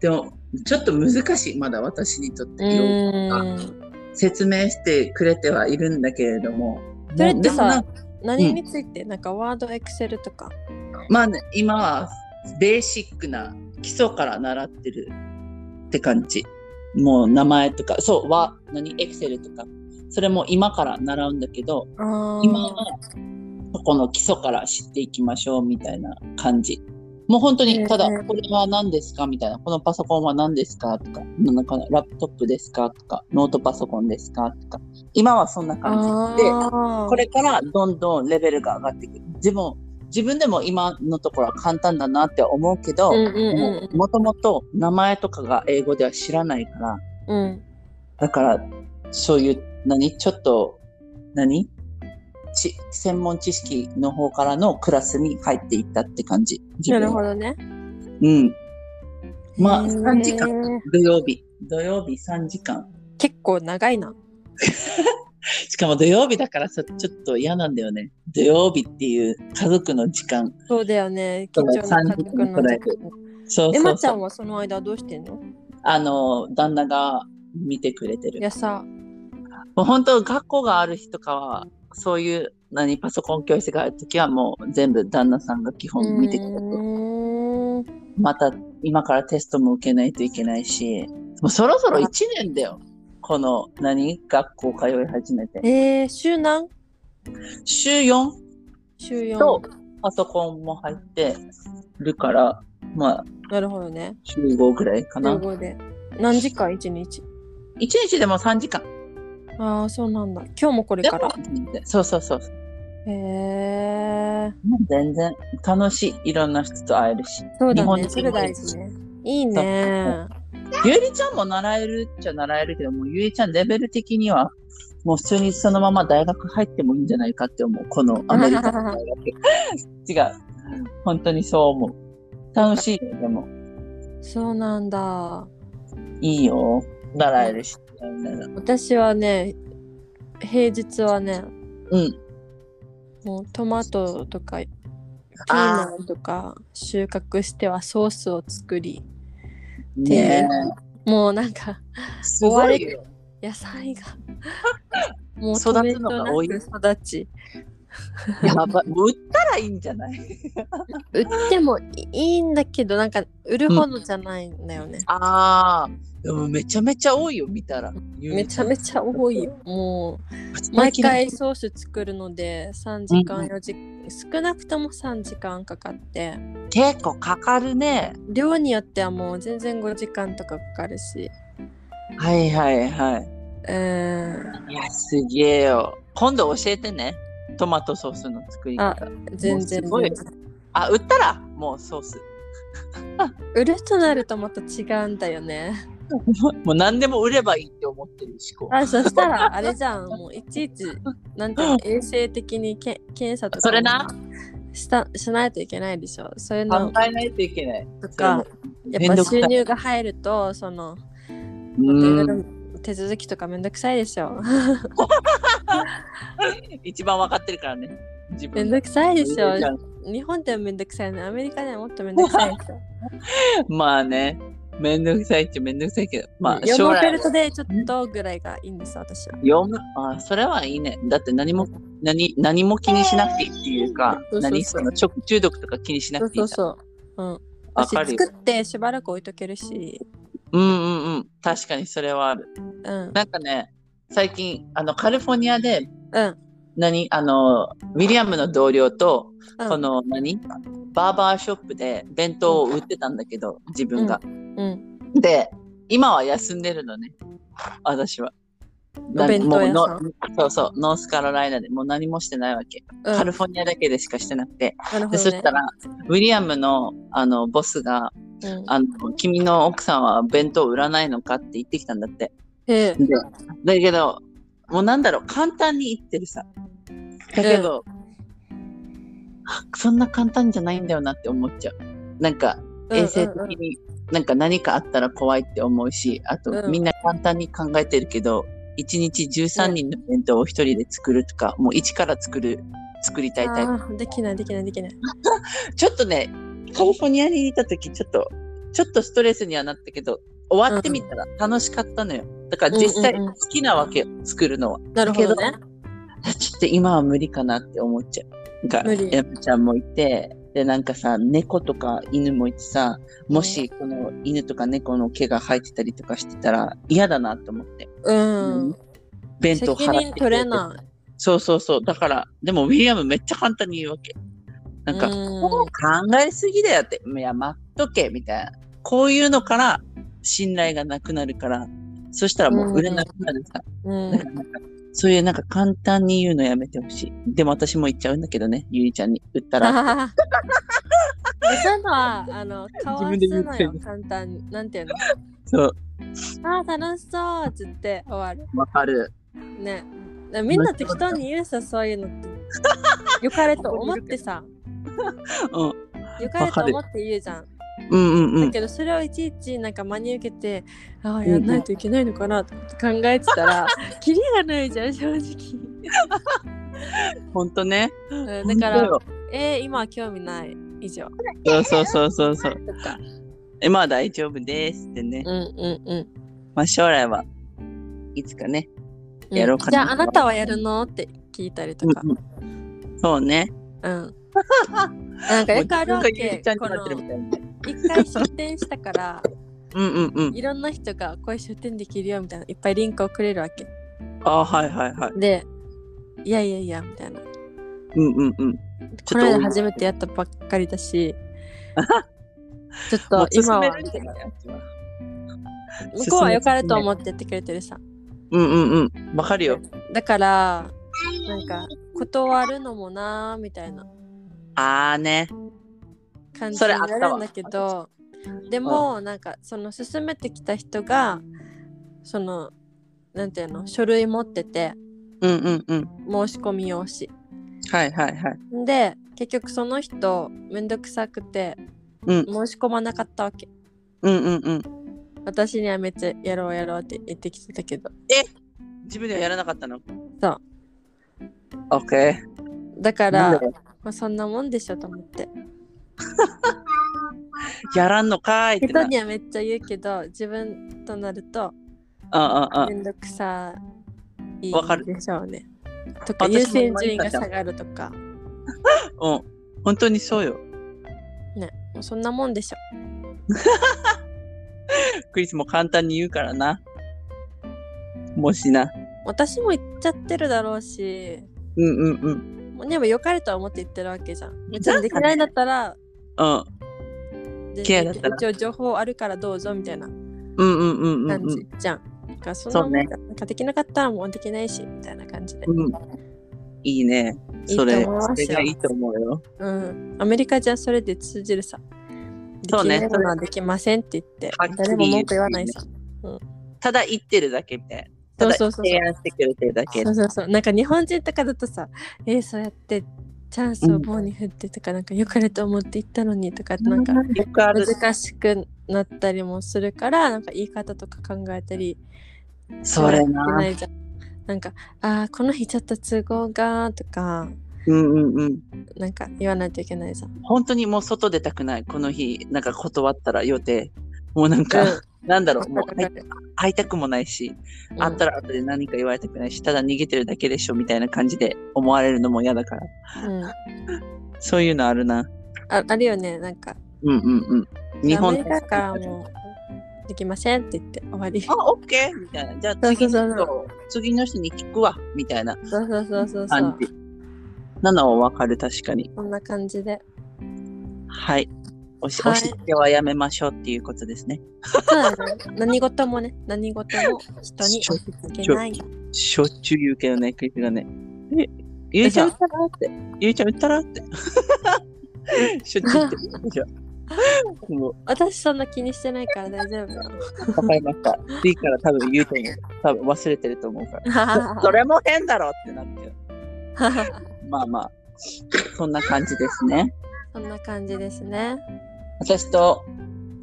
でもちょっと難しいまだ私にとって
うーん。
説明してくれてはいるんだけれども
それって
もうな
さ
んか、
何について、なんかワード、エクセルとか。
まあ、ね、今はベーシックな基礎から習ってるって感じ。もう名前とか、そう、は、何、エクセルとか、それも今から習うんだけど、
あー
今はそこの基礎から知っていきましょうみたいな感じ。もう本当にただ、
へー
これは何ですかみたいな、このパソコンは何ですかとか、なんかラップトップですかとか、ノートパソコンですかとか、今はそんな感じで、
あー
これからどんどんレベルが上がっていく。自分自分でも今のところは簡単だなって思うけど、
うんうんうん
もともと名前とかが英語では知らないから、
うん。うん
だから、そういう、何ちょっと、何ち専門知識の方からのクラスに入っていったって感じ。自
な
分
るほどね。
うん。まあ、
へー
3時間。土曜日。土曜日3時間。
結構長いな。
しかも土曜日だからさ、ちょっと嫌なんだよね。土曜日っていう家族の時間。
そうだよね。
そ
緊
うだよ
張な家族の
30
時
分そう
え
そ
ま
う
ちゃ
そ
ん
う。
はその間どうしてんの
あの、旦那が見てくれて
い
る。
やさ、
もう本当学校がある日とかはそういう何パソコン教室がある時はもう全部旦那さんが基本見てくれて
うーん
また今からテストも受けないといけないしもうそろそろ1年だよこの何学校通い始めて
えー、週何
週4
週4。
とパソコンも入ってるからまあ
なるほどね。
週5ぐらいかな1
15で。何時間 ?1 日。
日でも3時間
ああ、そうなんだ。今日もこれ
で
から
も。そうそうそう
へえー。
もう全然楽しいいろんな人と会えるし
そう
日
だ
本
ね。
人
それ大事ね。いいね。
ゆえりちゃんも習えるっちゃ習えるけど、もうゆえりちゃんレベル的には、もう普通にそのまま大学入ってもいいんじゃないかって思う。こ [LAUGHS] のアメリカの大学。違う。本当にそう思う。楽しいよ、でも。
そうなんだ。
いいよ。習えるし。みたいな
私はね、平日はね、
うん。
もうトマトとかピー
あ
マンとか収穫してはソースを作り
ね
もうなんか
え。すごいよ。
野菜
[LAUGHS]
がも
育つのが多い
とめどなく育ち
やばい。もう売ったらいいんじゃない
売ってもいいんだけどなんか売るほどじゃないんだよね、
ああ。でもめちゃめちゃ多いよ、見たら。
めちゃめちゃ多いよもう毎回ソース作るので3時間4時少なくとも3時間かかって
結構かかるね。
量によってはもう全然5時間とかかかるし
はいはいはい。
うん
いや、すげえよ。今度教えてね。トマトソースの作り方。
全
もうす
然
ごい
全然
あ売ったらもうソ
[LAUGHS]
ース。
売るとなるとまた違うんだよね。
もう何でも売ればいいって思ってる思考。
あそしたらあれじゃんもういちいちなんていうの
[LAUGHS]
衛生的にけ検査とか
それな
したしないといけないでしょ。そういう
考
の
えないといけない。
とか
め
や
ん
っ
ど
ぱ
くさ
収
い
入が入るとそのお手
うん
軽手続きとかめんどくさいでしょ。 [LAUGHS]
一番分かってるからね。自
め
分
ん
が
どくさいでしょ
ゆえ。ちゃん
日本でもめんどくさいのアメリカではもっとめんどくさいでしょ。
まあね。めんどくさいっちゃめんどくさいけど。まあ
ヨ
将
モペ
来
ルトでちょっとぐらいがいいんです私は。
読む。あそれはいいね。だって何も何何も気にしなくていいっていうか、
そうそうそう
何その食中毒とか気にしな
そう
くて
そ
いいうじゃん。
そう。うん。
わ
私
かるよ。
作ってしばらく置いとけるし。
うんうんうん。確かにそれはある。
うん。
なんかね、最近、あの、カリフォルニアで、
うん。
何あの、ウィリアムの同僚と、
うん
この、何バーバーショップで弁当を売ってたんだけど、自分が。
うん。
で、今は休んでるのね、私は。
お弁当屋さん
なもうのそうそう、ノースカロライナでもう何もしてないわけ。
うん
カリフォルニアだけでしかしてなくて。
なるほ
で、そ
ど
し
ね
た。ら、ウィリアムの、あの、ボスが、
うん
あの、君の奥さんは弁当売らないのかって言ってきたんだって。
ええ
でだけど、もうなんだろう、簡単に言ってるさ。だけど、あそんな簡単じゃないんだよなって思っちゃう。なんか、衛生
うんうんうん
的に、なんか何かあったら怖いって思うし、あと、
うん
みんな簡単に考えてるけど、1日13人の弁当を1人で作るとか、もう一から作る、作りたいタイプ。
あーできないできないできない。
ちょっとね、カリフォルニアにいた時、ちょっと、ちょっとストレスにはなったけど、終わってみたら楽しかったのよ。だから実際
うんうんうん
好きなわけよ、作るのは。
なるほどね。
あちょっと今は無理かなって思っちゃう。が、
無理
やぶちゃんもいて、で、なんかさ、猫とか犬もいてさ、もしこの犬とか猫の毛が生えてたりとかしてたら嫌だなと思って。
うん。
弁当
責
払って
任取れない。
そうそうそう。だから、でもウィリアムめっちゃ簡単に言うわけ。なんか、
うん
こう考えすぎだよって、いや、待っとけ、みたいな。こういうのから信頼がなくなるから、そしたらもう売れなくなるさ。
うん
[LAUGHS] だからなんか、そういうなんか簡単に言うのやめてほしい。でも私も言っちゃうんだけどね、ゆりちゃんに売っ
[LAUGHS]
たら。
あーそういうのは、あの、かわす
自分
の
で言
よ
っ、
簡単に。なんていうの
そう、
あー楽しそうっつって終わる。
わかる。
ね。だからみんな適当に言うさ、そういうのって。よかれと思ってさ、
うん。
よかれと思って言うじゃん。
うんうんう
だ
ん。
けど、それをいちいちなんか真に受けて、ああ、やんないといけないのかなと思って考えてたら、 [LAUGHS] キリがないじゃん、正直。
ほんとね。
うんだから
ほ、んと
えー、今は興味ない以上
よそうそうそうそうそう。
とか。
今は大丈夫ですってね
う。んうんうん。
まあ将来はいつかね、やろうか
じ
な
ゃああなたはやるのって聞いたりとか。
うんうんそうね。
うん。なんかよくあるわ
もう自分がゆ
け
りちゃん。
こ
になってるみ
の
たいな。
一回出店したから、
うんうんうん。
いろんな人がこういう出店できるよみたいな、いっぱいリンクをくれるわけ。
あはいはいはい。
で、いやいやいやみたいな。
うんうんうん。ち
こ
ょっ
の
と
間初めてやったばっかりだし、ちょっ
も
と
う進
今
め
は
るんだよね
向こうはよかれと思ってやってくれてるさ。
うんうんうん。わかるよ。
だから、なんか断るのもなーみたいな。
あーね。
感じ
そ
に
れあ
な
ったわ
るんだけどでもなんかその進めてきた人がそのなんていうの書類持ってて
うんうんうん。
申し込み用紙
はいはいはい。
で結局その人めんどくさくて
うん
申し込まなかったわけ、
うんうんうん。
私にはめっちゃやろうやろうって言ってきてたけど
自分ではやらなかったの
そう。
オッケ
だか
ー。なん
ら
だよ
まあ、そんなもんでしょと思って
やらんのかーいって
人
な。
にはめっちゃ言うけど自分となると
うんうんう
めんどくさい
わかる
でしょうねとか
私も
優先順位が
今言
下がるとか
ん。うん。本当にそうよ。
ね、もうそんなもんでしょ。
クリスも簡単に言うからな。もしな。
私も言っちゃってるだろうし、
うんうんうん。
もうでも良かれとは思って言ってるわけじゃん。別にできないんだったら、
うん。
全
ケア
然
だったら
一応情報あるからどうぞみたいな
うんうんうんうん
感
う
じ
ん。
じゃん。だからそんなもん
そうね
なんかできなかったらもうできないしみたいな感じで。
うん。いいね。それ、
いいと思います
そ
よ
れがいいと思うよ。
うん。アメリカじゃそれで通じるさ。で
そう
きな
ね
いものはできませんって言って
はっきり、
誰も文句言わないさ。
ただ言ってるだけみたいな。た
そうそ
だ
うそう
提案してくれてるだけ
そ。うそうそう。なんか日本人とかだとさ、えーそうやってチャンスを棒に振ってとか、なんか良かれと思って言ったのにとかって、なんか、
よくある。
難しくなったりもするからなんか言い方とか考えたり
それ
しな
な。
いじゃんなんか「あーこの日ちょっと都合が」とか
うんうんうん。
なんか言わないといけないじゃん。
本当にもう外出たくない。この日、なんか断ったら予定。もうなんか、なんだろう、もう会い会いたくもないし、
うん
会ったら後で何か言われたくないし、ただ逃げてるだけでしょみたいな感じで思われるのも嫌だから。
うん、あ
そういうのあるな。
あるよねなんか
うんうんうん。日
ア
本
メリカからもうできませんって言って終わり。そ
あ、オッケーみたいな。じゃあ次の
そうそう
人、次の人に聞くわ、みたいな
うそうそうそうそ
感
う
じ。なのはわかる、確かに。
こんな感じで。
はい。押し、
はい
押し付けはやめましょうっていうことですね。
そうだね何事もね何事も人に押し付けない。
しょっちゅう言うけどね、クリスがね。え、ゆうちゃん打ったらって。ゆうちゃん打ったらって。 [LAUGHS] しょっちゅう言ってるでしょ。も
私そんな気にしてないから大丈夫 [LAUGHS] よ。
う、わかりました。次から多分ゆうちゃんが多分忘れてると思うから。そそれも変だろってなって。まあまあ、そんな感じですね。
そんな感じですね。
私と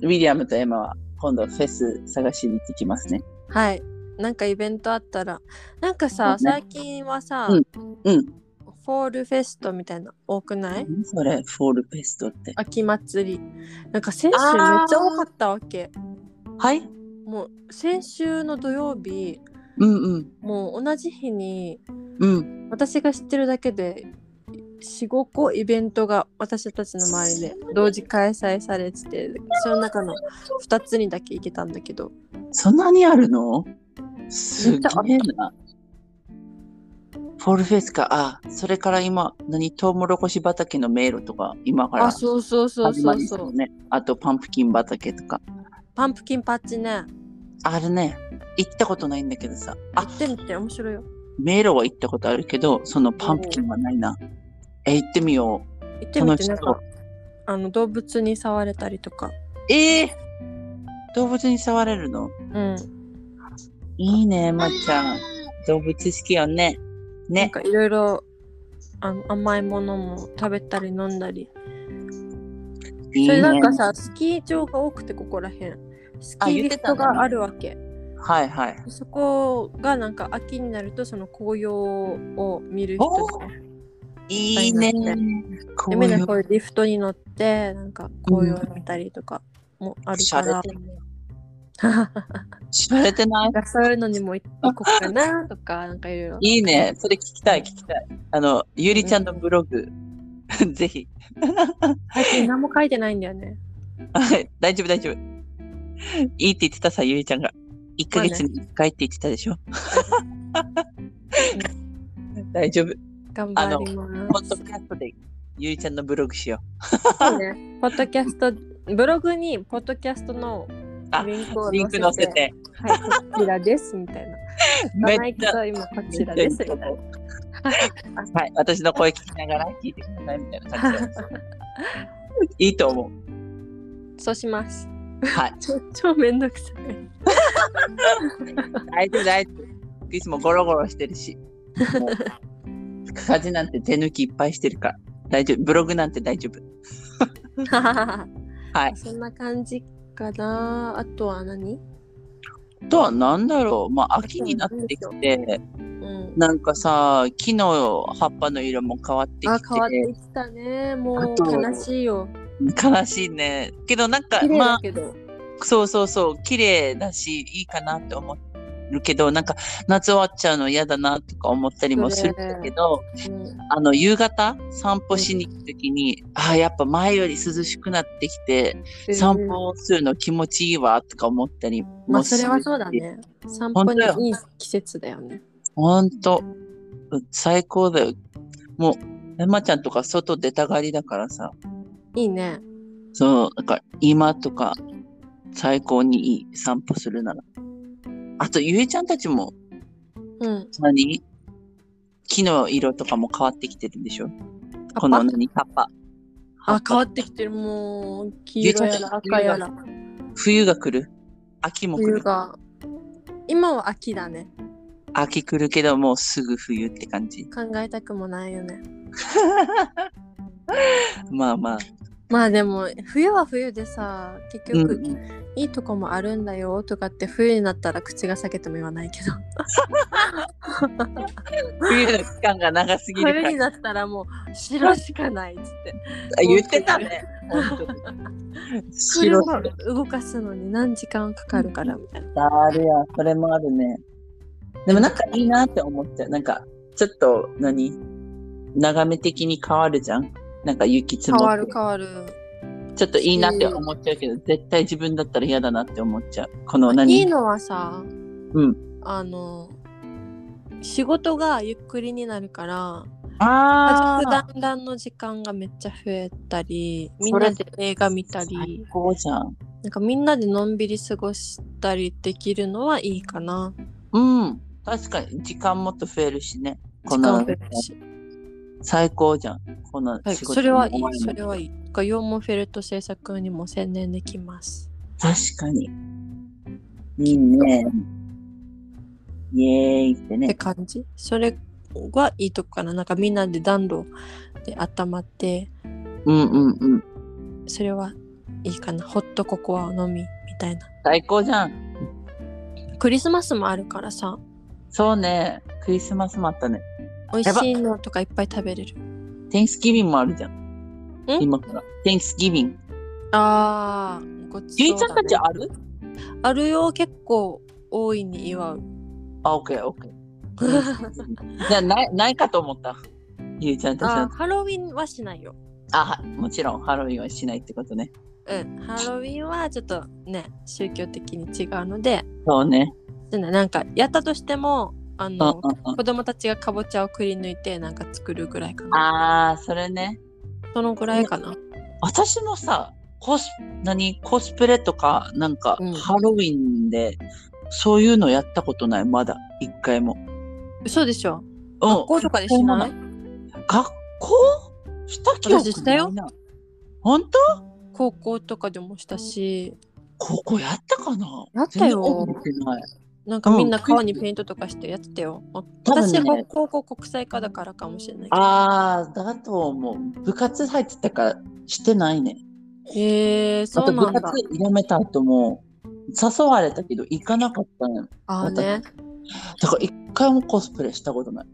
ウィリアムとエマは今度フェス探しに行ってきますね。
はい。なんかイベントあったら、なんかさ、
そうね
最近はさ、
うんうん。
フォールフェストみたいな多くない
何それ、フォールペストって。
秋祭り。なんか先週めっ
あー
ちゃ多かったわけ。
はい
もう先週の土曜日、
うんうん。
もう同じ日に
うん。
私が知ってるだけで45個イベントが私たちの周りで同時開催されててその中の2つにだけ行けたんだけど
そんなにあるのす
ちゃあっ
げえな。フォルフェスか。あ、それから今、何、トウモロコシ畑の迷路とか、今から
あ
始
そうそうそうそ
ま
う
り
そ
そう
う
ね。あと、パンプキン畑とか。
パンプキンパッチね
あるね。行ったことないんだけどさ。
行
あ、
ってみて面白いよ
迷路は行ったことあるけど、そのパンプキンはないな。え、行ってみよう。
行ってみ
楽
て
しそ
な
うん
かあの動物に触れたりとか
えー、動物に触れるの
うん
いいね、まっちゃん。動物好きよね。
なん
ね。
かいろいろあの甘いものも食べたり飲んだり
いい
そ
ね
れなんかさスキー場が多くてここらへんスキ
あ
ー
言っ
リ
て
フ
た
ト
ね
があるわけ
はいはい。
そこがなんか秋になるとその紅葉を見る人とか
いいね。
でみんなこういうリフトに乗ってなんか紅葉を見たりとかもある
し
か
ゃれ
ら、
てる。しゃれてな
[LAUGHS]
い
なんかそういうのにも行こうかなとかなんかいろいろ
いいね。それ聞きたい、聞きたい。あの、ゆりちゃんのブログ、 [LAUGHS] ぜひ。
最近何も書いてないんだよね
はい大丈夫、大丈夫。いいって言ってたさ、ゆりちゃんが。1ヶ月に1回って言ってたでしょ。 [LAUGHS] 大丈夫。
頑張りま
ポッド
す
キャストでゆりちゃんのブログしよ
そうね [LAUGHS] ポッドキャストブログにポッドキャストのリンクを
う。
載
リ
せ
ンク
て
載せて。
はい、こちらですみたいな。
[LAUGHS] めっ
生意気
ちゃ。
そう今こちらですみたいな。
はい、私の声聞きながら聞いてくださいみたいな感じ
[LAUGHS]
で。いいと思う。
そうします。
はい。
ちょ超めんどくさい。
大丈夫大丈夫。いつもゴロゴロしてるし。もう家事なんて手抜きいっぱいしてるから。大丈夫。ブログなんて大丈夫。 [LAUGHS]
はいそんな感じかな。あとは何？
あとは何だろう。まあ、秋になってきて、
うん。
なんかさ、木の葉っぱの色も変わって
あ
き
変わって
て、
きたね。も
あ
う
と
悲しいよ。
悲しいね。けどなんか、
綺麗
ま
だ
あ、
けど。
そうそうそう、綺麗だし、いいかなって思うけど、なんか、夏終わっちゃうの嫌だなとか思ったりもするんだけど、
うん
あの夕方散歩しに行くときに、ああやっぱ前より涼しくなってきて、散歩をするの気持ちいいわとか思ったり
うんま
も
あそ
するし
れはそうだね。散歩
本当よ
にいい季節だよね。
ほんと最高だよもう山ちゃんとか外出たがりだからさ
いいね。
そうなんか今とか最高にいい散歩するならあとゆえちゃんたちも
うん。
何木の色とかも変わってきてるんでしょ
あ
この何葉っぱ
あ変わってきてる。もう黄色やら赤やら。
冬が来る秋も来
冬
る
が今は秋だね
秋来るけどもうすぐ冬って感じ
考えたくもないよね
まあまあ
まあでも冬は冬でさ結
う
局
んうん
いいとこもあるんだよとかって冬になったら口が裂けても言わないけど
冬の期間が長すぎる
冬
か
に
ら
なったらもう白しかないっつって
あ言ってたね本当に白
車を動かすのに何時間かかるからみたいな
あるやそれもあるねでもなんかいいなって思っちゃうなんかちょっと何眺め的に変わるじゃんなんか雪積
変
も
わ
っ
る
て
変わる
ちょっといいなって思っちゃうけど絶対自分だったら嫌だなって思っちゃうこの何
いいのはさ、
うん
あの仕事がゆっくりになるから
あ
雑
あ
談談の時間がめっちゃ増えたりみんなで映画見た
最
り
高じゃん
なんかみんなでのんびり過ごしたりできるのはいいかな
うん確かに時間もっと増えるしねこ
時
の
間増えるし、
最高じゃん。こんな
はい、
仕事
それはいい
も終
そ
わり
れはいいなんか羊毛フェルト制作にも専念できます
も確かに。いいね。イエーイって
って
ね。
感じそれはいいとこかななんかみんなで暖炉で温まって
うんうんうん。
それはいいかなホットココアを飲みみたいな
最高じゃん。
クリスマスもあるからさ
そうね。クリスマスもあったね。
美味しいのとかいっぱい食べれる
テンスギビンもあるじゃん。今から。テンスギビン。
あーごちそうだ、ね、
ゆいちゃんたちある
あるよ結構大いに祝う
あ、オッケー、オッケー。じゃあ [LAUGHS] ない、ないかと思った。ゆいちゃんたち
あ [LAUGHS]
は。
ハロウィンはしないよ。
あ、はもちろん、ハロウィンはしないってことね。
うん。ハロウィンはちょっとね、宗教的に違うので、
そうね。
でねなんかやったとしても、あ
うんう
の、
んうん
子供たちがかぼちゃをくり抜いてなんか作るぐらいかな。
ああ、それね。
そのぐらいかな。
私もさ、コス、何、コスプレとか、なんか、
うん
ハロウィンで、そういうのやったことない、まだ、一回も。
嘘でしょ
うん
学校とかでしない
学校した記
私
憶
した
ない
よ
な。本当
高校とかでもしたし、
高校やったかな
やったよ
全然覚えてない。
なんかみんな顔にペイントとかしてやってたよ。
多分
私
ね
は高校国際科だからかもしれないけど。
ああ、だと思う。部活入ってたからしてないね。
へえー、
あ
そ
と
うな
部
んだ
活。やめた後も、誘われたけど行かなかったのよ。
ああね。
だから一回もコスプレしたことない。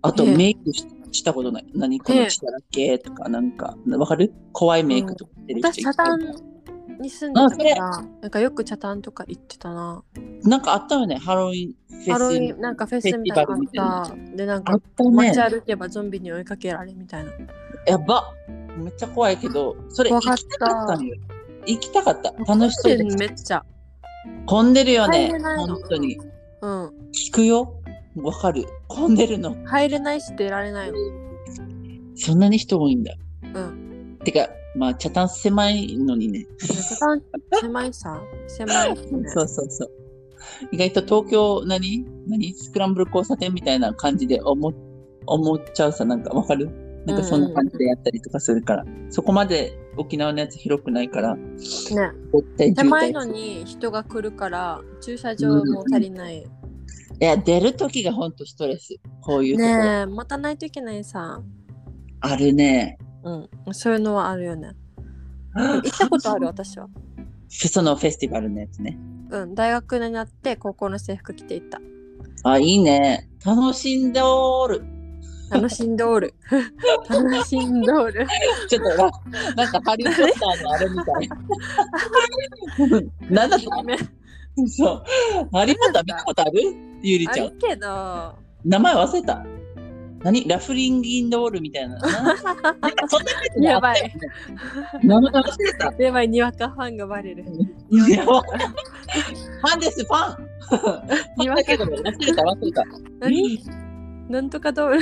あと
ええ
メイクし,、たことない。何この力系とかなんか、わかる怖いメイクとかしてる人
私、
い
チャ
た
タンに住んでたから、なんかよくチャタンとか行ってたな。
なんかあったよね、ハロウィンフェス。
ハロウィン、なんかフェスみたいなのあった。で、なん
あ
か
ったね
街。歩けばゾンビに追いかけられみたいな。
やばめっちゃ怖いけど、それ行
怖かった
きたかったのよ。行きたかった。楽しそうで
めっちゃ。
混んでるよ
入
ね
れ。ないの
本当に。
うん。
聞くよ。わかる。混んでるの。
入れないし出られないの。
そんなに人多いんだ。
うん。
てか、まあ、チャタン狭いのにね。
チャタン狭いさ。狭いしね。
そうそうそう。意外と東京、何何スクランブル交差点みたいな感じで思思っちゃうさ、なんかわかるなんかそんな感じでやったりとかするから。そこまで沖縄のやつ広くないから、
ね。
絶対渋滞する
狭いのに人が来るから駐車場も足りない、
いや、出るときがほんとストレス。こういうとこ、
ねえ待たないといけないさ、
あるね。
うん、そういうのはあるよね行ったことある私は、
そのフェスティバルのやつね。
うん、大学になって高校の制服着ていった
あ、いいね。楽しんでおる。
楽しん
[LAUGHS]
どーる楽しんどーる
ちょっとわ、なんかハリー・ポッターのあれみたい。な
[LAUGHS]
んだろ
ね
うそう。ハリー・ポッター見たことあるゆり
あ
ちゃん
る。けど
名前忘れた。何ラフリング・イン・ドールみたいな。ななんかそんなやつ
やばい。
名前忘れた。
やばいにわかファンがバレる
やばいファンです、ファン。
にわ
だ
か
けど忘れた、忘れた。
何なんとかドー
[LAUGHS]
ル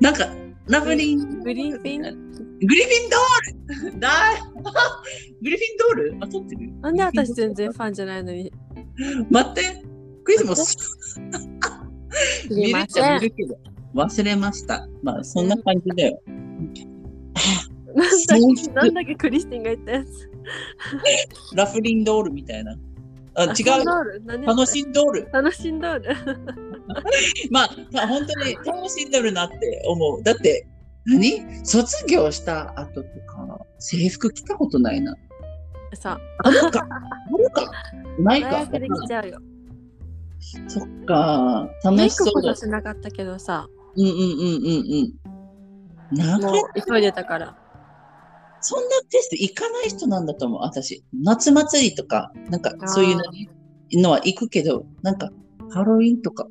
なんか、ラブリン。
グリーンピン
グリフィンドールだーグリフィンドール当たってる
なんで私全然ファンじゃないの
[LAUGHS]
に
待って。クリスマス。
す
見
み
る
ま
っちゃ
せ
見
ん
るけど。忘れました。まあ、そんな感じだよ。
なんだっけなんだっけクリスティンが言ったやつ
ラフリンドールみたいな。あ、違
あそん
う。
なある何
楽しんドール。
楽しんどる。
まあ、まあ、本当に楽しんどるなって思う。だって、何卒業した後とか、制服着たことないな。
さ、
あるか。あるか。ない
大
か。わか
学
ん
で
ない
来ちゃうよ。
そっか。
メ
楽
イ
しそ
クこ
うだ
そ。しなかったけどさ、
うんうんうんうんうん。なんか
もう急いでたから。
そんなテスト行かない人なんだと思う、私。夏祭りとか、なんか
あー
そういうののは行くけど、なんかハロウィンとか、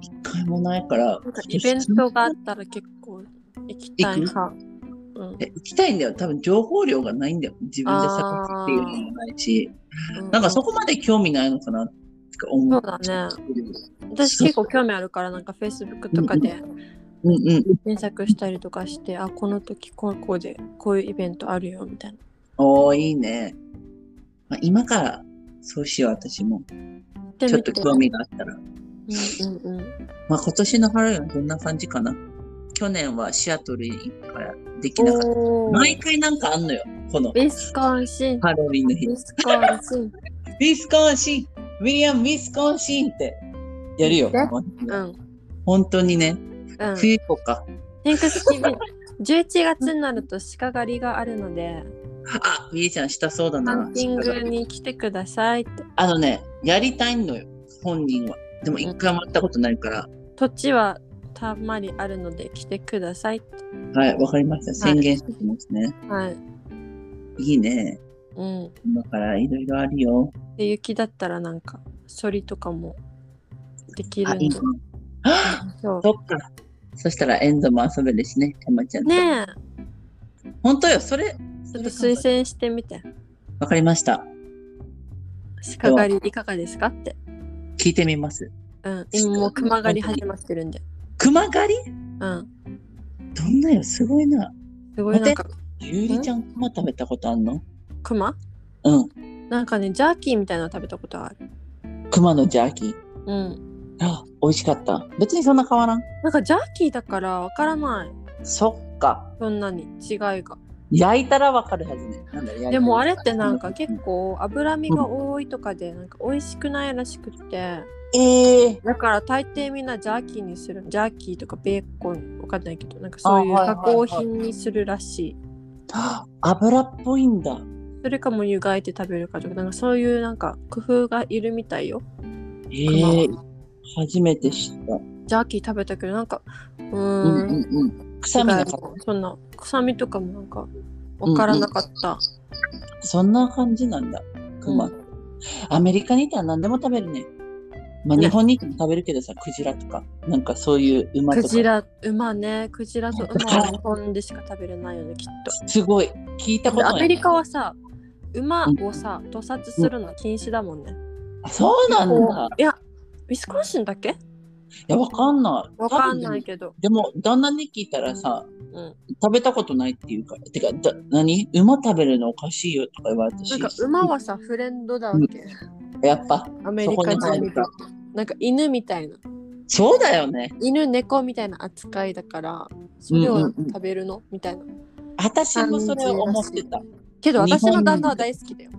一回もないから、
なんかイベントがあったら結構行きたい派。うん
え行きたいんだよ。多分情報量がないんだよ。自分で探すっていうのもないし、
う
なんかそこまで興味ないのかなって思。
そううだね。私結構興味あるから、なんか Facebook とかで
うんうん。
検索したりとかして、あ、この時こうこうで、こういうイベントあるよみたいな。
おー、いいね。まあ、今からそうしよう、私も。ちょっと興味があったら。
うんうんうん。
まあ、今年のハロウィンはどんな感じかな。去年はシアトルに行ったからできなかった。
おー
毎回なんかあんのよ、この
ウィスコンシン。
ハロウィンの日。
ウ
ウ
ィスコンシン。
ィスコンシン、ウィリアム・ウィスコンシンってやるよ。
ね
[LAUGHS] もう
うん。
本当にね、
うん。
冬行こうか。
天狗好きで11月になると鹿狩りがあるので、
あ、みえちゃんしたそうだ
ハ
な
ン。ティングに来てくださいって。
あのね、やりたいのよ、本人は。でも一回も会ったことないから、
土地はたまにあるので来てくださいって。
はい、わかりました。宣言してきますね。
はい。
いいね。
うん。
今からいろいろあるよ。
で、雪だったらなんか、そりとかもできる
あ、
ん
いい
で
な
す。
あそっか。そしたらエンドも遊べるしね、たまちゃんと。
ねえ、
本当よ、それ。
ちょっと
それ
推薦してみて。
わかりました。
鹿狩りいかがですかって。
聞いてみます。
うん、今もう熊狩り始まってるんで。
熊狩り
うん。
どんなよ、すごいな。
すごいなんか、
ゆりちゃん、熊食べたことあんの
熊
うん。
なんかね、ジャーキーみたいなの食べたことある。
熊のジャーキー。
うん。
あ、美味しかった。別にそんな変わらん。
なんかジャーキーだからわからない。
そっか。
そんなに違いが。
焼いたらわかるはずね。なんだろ
でもあれってなんか結。構脂身が多いとかでなんか美味しくないらしくって
ええ
だから大抵みんなジャーキーにするジャーキーとかベーコンわかんないけどなんかそういう
あはいは
加
いは
工
い
品にするらしい
ー。油っぽいんだ。
それかもう湯がいて食べるかとかなんかそういうなんか工夫がいるみたいよ
ええ
熊
初めて知った。
ジャーキー食べたけどなんかう
うん
ー
うんんうん。臭みが
違うそんな臭みとかもなんかわからなかった、
そんな感じなんだ。熊、
うん
アメリカにいたら何でも食べるね。まあ、
ね
日本にいても食べるけどさ、クジラとか、なんかそういう馬と
ク
か。
ジラ馬ねクジラと馬
だ
は
から
日本でしか食べれないよねきっと
すご [LAUGHS] い。聞いたこと
ア
な
メ
い。
リカはさ馬をさ屠殺するの禁止だもんね。
あそうなんだ。
いやウィスコンシンだっけ
いや、わかんない。
わかんない
多分
けど。
でも、旦那に聞いたらさ、
うん、
食べたことないっていうか、てか、だ何馬食べるのおかしいよとか言われたし。
なんか馬はさフレンドだわけ。
やっぱ、
アメリカ
そこ
人
に入
に
るか
なんか犬みたいな
そうだよね。
犬猫みたいな扱いだからそれを食べるの、みたいな。
私もそれを思ってた。
けど
日本
私の旦那は大好きだよ。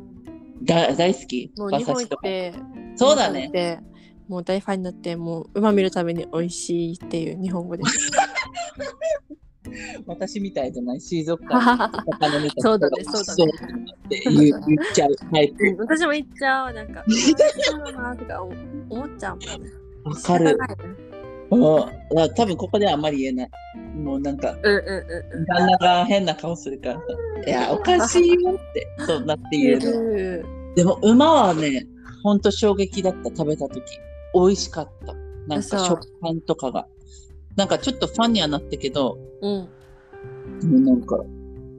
だ大好き。
もう日本行
馬刺しと
っ
か。
て
そうだね。
でもう大ファンになってもう馬見るために美味しいっていう日本語です。
[LAUGHS] 私みたいじゃない水族館に魚見た
そうだねそうだね
って言う言っちゃうタイ
う
プ
ん私も行っちゃうなんかそうだなとか思思っちゃうもんね。
わかる
仕方ないね
うんあ多分ここではあんまり言えないもうなんか
うんうんうんうん。
旦那が変な顔するからさ「いやおかしいよ」ってそうなって言えるでも馬はねほんと衝撃だった食べた時美味しかったなんか
そう
食感とかがなんかちょっとファンにはなったけど
うん。
でもなんか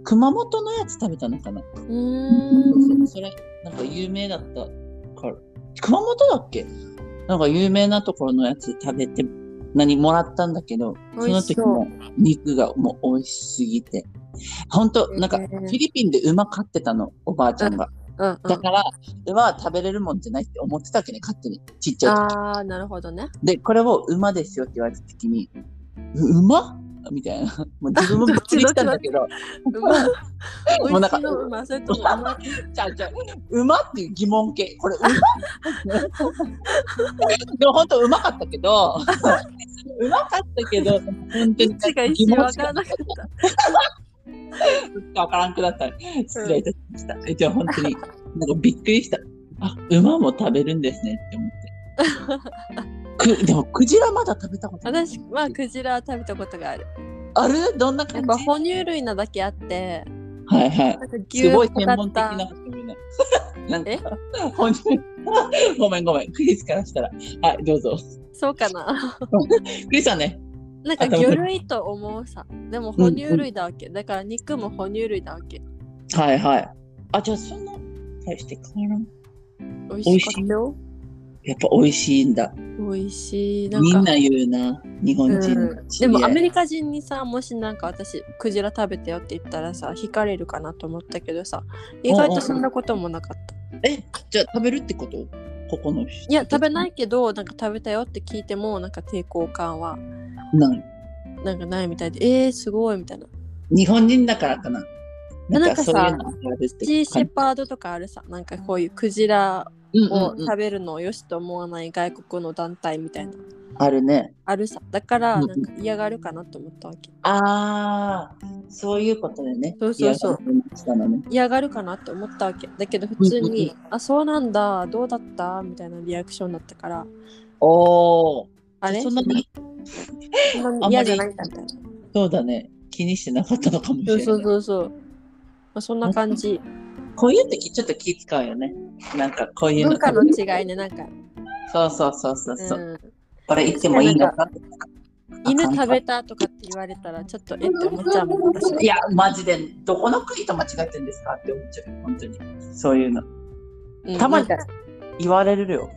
熊本のやつ食べたのかな
うん。
それなんか有名だったから熊本だっけなんか有名なところのやつ食べて何もらったんだけどそ
美
の
味し
時
そう
も肉がもう美味しすぎて本当なんか
へ
フ
ー
ィリピンで馬飼ってたのおばあちゃんが
うんう
だ
ん。
から馬は食べれるもんじゃないって思ってたわけね勝手にちっちゃい時
ああ、なるほどね。
でこれを馬ですよって言われた時にう馬みたいな [LAUGHS] もう自分もびっくりしたんだけど
[LAUGHS] 馬。
[LAUGHS] も
お
う
い
なん
し
か
いの馬それとも馬
ちゃうちゃう馬っていう疑問形
[LAUGHS]
これ馬でも本当うまかったけどうまかったけど本当
どっ
に
ちが一
疑
瞬
問
わ
し
から
か
なかった。
わからんくなった失礼いたしました、えじゃあ本当になんかびっくりしたあ馬も食べるんですねって思ってくでもクジラまだ食べたことな
[LAUGHS]
い
私まあクジラは食べたことがある。
あるどんな
や
感
っ
じ
ぱ哺乳類なだけあって、
はいはい
なんか牛
す
っ
ごい
ぽ
専
か
門
っ
的な
た。
こと言うね。 [LAUGHS] なん
え
か、本当に [LAUGHS] ごめんごめん。クリスからしたら。はい、どうぞ。
そうか
[LAUGHS]
な。
クリスはね、
なんか魚類と思うさ。でも哺乳類だわけ。だから肉も哺乳類だわけ。
はいはい。あ、じゃあそんな、大して変わらん。
美味しかったよ。
やっぱ美味しいんだ。
美味しい。なん
み
か
んな言うな、日本人の
うんでもアメ
リ
リカ人にさもしなんか私クジラ食べてよって言ったらさ惹かれるかなと思ったけどさ意外とそんなこともなかった
え、じゃあ食べるってことここの人。。
いや食べないいけどなんか食べたよって聞いてもなんか抵抗感は
ない。
なんかないみたいでえー、すごいみたいな
日本人だからかな。
なんかさ
そういうのあるっ
チー
て
シェパードとかあるさなんかこういうクジラ
うん
を
うんうん
食べるのをよしと思わない外国の団体みたいな
あるね。
あるさだから
うんう
なんんか嫌がるかなと思ったわけ
ああ、そういうことでね。
そうそうそう
嫌がらせましたのね。
嫌がるかなって思ったわけだけど普通
うんうん
に「あそうなんだどうだった?」みたいなリアクションだったから
おお。
あれ
そんなに
そんなに嫌
あんまり
じゃないんだみたいな。
そうだね。気にしてなかったのかもしれ
そ
な
うそ
い。
うそうそう。まあ、そんな感じ。
こういう時ちょっと気使うよね。なんかこういうの
文化
食
の
べる。
違いね、なんか。
そうそうそうそうそう。
うん、
俺行ってもいいのか
犬食べたとかって言われたらちょっとえって思っちゃうもん私はい
や、マジで、どこの国と間違ってんですかって思っちゃう。本当に。そういうの。
うん
たまに
なんか
言われるよ。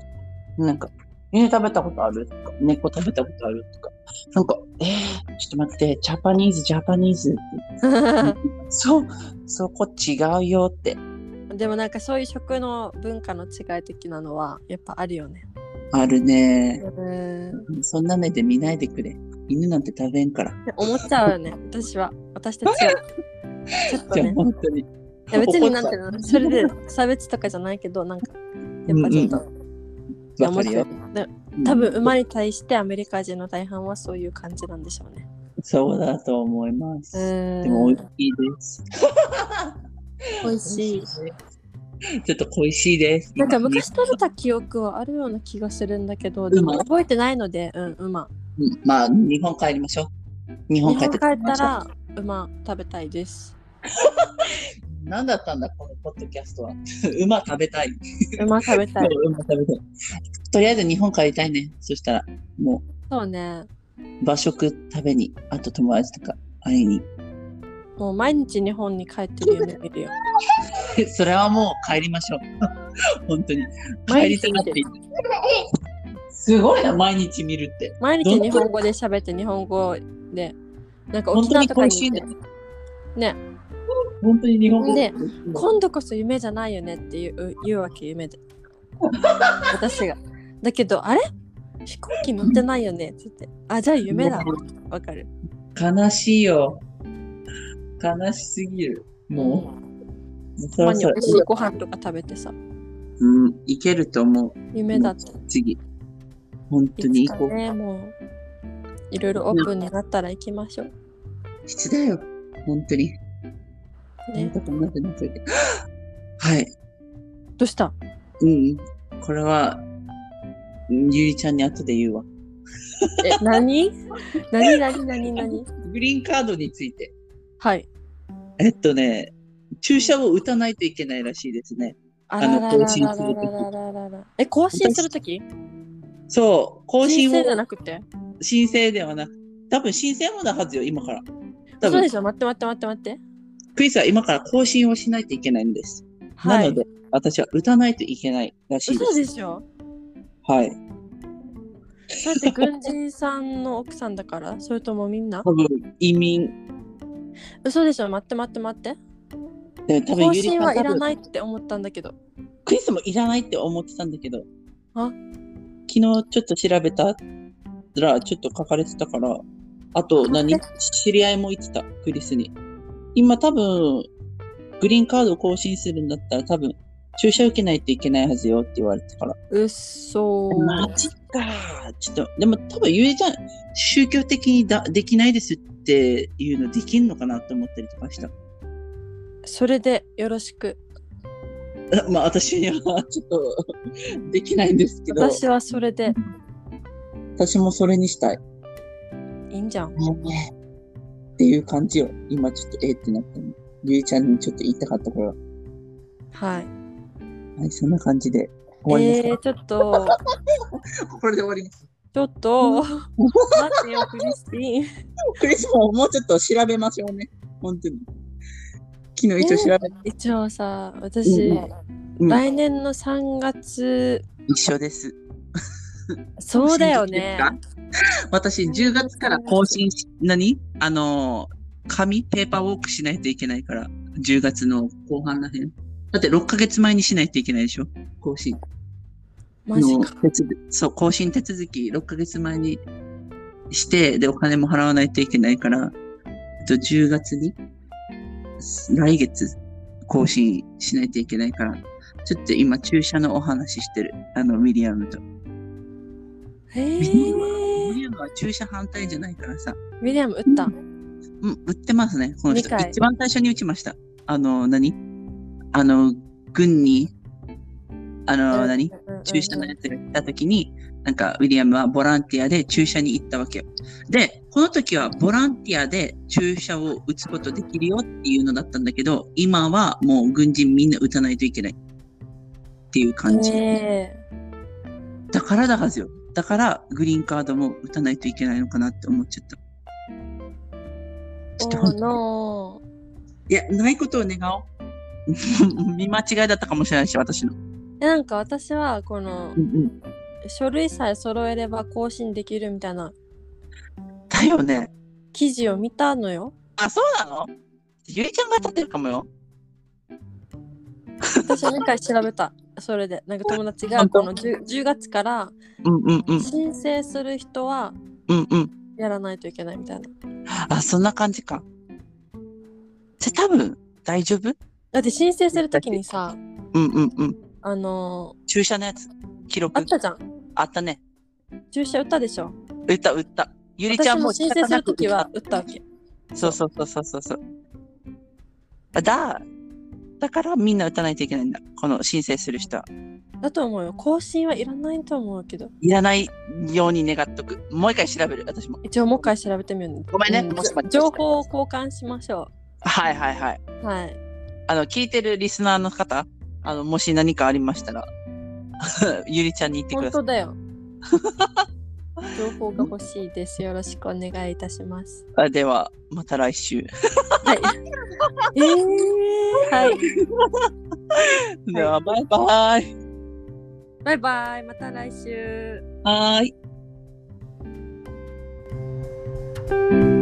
なんか、犬食べたことあるとか、猫食べたことあるとか。なんか、えー、ちょっと待って、ジャパニーズ、ジャパニーズ。そう、そこ違うよって。
[LAUGHS] でもなんかそういう食の文化の違い的なのはやっぱあるよね。
あるね。
うん。
そんな目で見ないでくれ。犬なんて食べんから。
思っちゃうよね。私は。私たちは。ちょっと
じゃあ
ね。
本当に。い
いや別になんていうの、それで差別とかじゃないけど、なんか、やっぱちょっと、
わかるよ。
で多分馬に対してアメリカ人の大半はそういう感じなんでしょうね。
そうだと思います。
うん。
でも美味しいです。
美味しい。
ちょっと恋しいです。
なんか昔食べた記憶はあるような気がするんだけど、
馬
でも覚えてないので、うん、馬。
うんまあ日本帰りましょう。日
日
本
本
帰
帰
っ
ってたら馬食べたいです。
何だったんだこのポッドキャストは。 [LAUGHS] 馬食べたい。
馬食べたい。
馬食べたい。とりあえず日本帰りたいね。そしたらも
そうね。
う和食食べに、あと友達とか会いに。 [LAUGHS]
もう毎日日本に帰ってる夢見るよ。
それはもう帰りましょう。 [LAUGHS] 本当に。帰りたがっている。すごいな、毎日見るって。
毎日日本語で喋って日本語で、なんか
本
沖
当
縄
に
とか
恋
に
しい
行
ね
って。ね。
本当に日本語
ね今度こそ夢じゃないよねって言う言うわけ夢で私がだけどあれ飛行機乗ってないよねって言ってあじゃあ夢だわかる
悲しいよ。悲しすぎる。もう、そ
たま
ろ
に
そ
美
ろ
味しいご飯とか食べてさ
うん、いけると思う。
夢だって
次。本当に
いつ
行こ
か
う。
ねもういろいろオープンになったら行きましょう
質だよ。本当に。
ね
本当になってなってるはい。
どうした
うん。これは、うんゆりちゃんに後で言うわ。
え何何何何何
グリーンカードについて。
はい
えっとね、注射を打たないといけないらしいですね。
あらららら
更新
ら
する時
ららららえ更新するとき
そう、更
申
新
請じゃ
を
なくて
申請ではなく、多分申請もなはずよ、今から。多
そう
分
でしょ待って待って待って待って
クイズは今から更新をしないといけないんです。
はい
なので、私は打たないといけないらしいで
嘘
す。
でしょ
はい。
だって軍人さんの奥さんだから [LAUGHS] それともみんな
多分移民、
嘘でしょ待って待って待って
で多分
更
ゆり
新
さ
は
ん
い
多
ら
分
ないって思ったんだけど
クイズもいらないって思ってたんだけど、
あ
昨日ちょっと調べたら、ちょっと書かれてたから、あと何
書
知り合いも言ってた、クリスに。今多分、グリーンカードを更新するんだったら多分、注射受けないといけないはずよって言われてから。
うっそー
マジか。ちょっと、でも多分ゆえちゃん、宗教的にだできないですっていうのできんのかなと思ったりとかした。 [LAUGHS]
それでよろしく
あまあ私にはちょっとできないんですけど、私
私はそれで
もそれにしたい。
いいんじゃん
っていう感じよ。今ちょっとええってなったの。ゆえちゃんにちょっと言いたかったから。
はい
はい、そんな感じで終わり
え
ま
ー、ちょっと
すか。これで終わります。
ちょっ
[LAUGHS]
と待ってよクリスティーン
クリスももうちょっと調べましょうね。本当に。昨日一応調べた。
一応さ私、
うんうん
来年の3月
一緒です。
そうだよね
楽私10月から更新し、何あのー、紙、ペーパーウォークしないといけないから、10月の後半らへん。だって6ヶ月前にしないといけないでしょ更新
マジ
の
か
手続き。そう、更新手続き6ヶ月前にして、で、お金も払わないといけないから、えっと10月に、来月更新しないといけないから、ちょっと今注射のお話ししてる。あの、ウィリアムと。
え
ウィ
ー、
リアムは注射反対じゃないからさ。
ミリアム打った
うん、売ってますね、この人
二回。
一番最初に打ちました。あの、何あの、軍に、あの、何注射のやつが来た時に、なんか、ウィリアムはボランティアで注射に行ったわけよ。で、この時はボランティアで注射を打つことできるよっていうのだったんだけど、今はもう軍人みんな打たないといけないっていう感じ。
え
だからだはずよ。だから、グリーンカードも打たないといけないのかなって思っちゃった。ちょっと本当に
no.
いや、ないことを願おう。 [LAUGHS] 見間違いだったかもしれないし、私の。
えなんか私はこの
ん
書類さえ揃えれば更新できるみたいな
うん、だよね。
記事を見たのよ。
あ、そうなのゆいちゃんが立ってるかもよ。
私何回調べた。それでなんか友達が
本当
この 10, 10月から
うんうんうん。
申請する人は
うんうん。
やらないといけないみたいな。
あ、そんな感じか。じゃ、多分、大丈夫
だって申請するときにさ
うんうんうん。
あの
注射のやつ、記録
あったじゃん
あったね。
注射打ったでしょ。
打った打った。ゆりちゃ
私
んも
も申請するときは打ったわけ。
そうそうそうそうそうそう。あだ、だからみんな打たないといけないんだ。この申請する人は。
だと思うよ。更新はいらないと思うけど。
いらないように願っとく。もう一回調べる、私も。
一応もう一回調べてみようね。
ごめんね
う
もしもし
情報を交換しましょ
はいはいはい。
う。はい。
あの、聞いてるリスナーの方、あの、もし何かありましたら、 [LAUGHS] ゆりちゃんに言ってく
本当
ださい。
だ
[LAUGHS]
よ。情報が欲しいです。よろしくお願いいたし
[LAUGHS]
ます。
あでは、また来週。
はい。えー、はい。
では、バイバイ。
バイバイ。また来週。
はーい。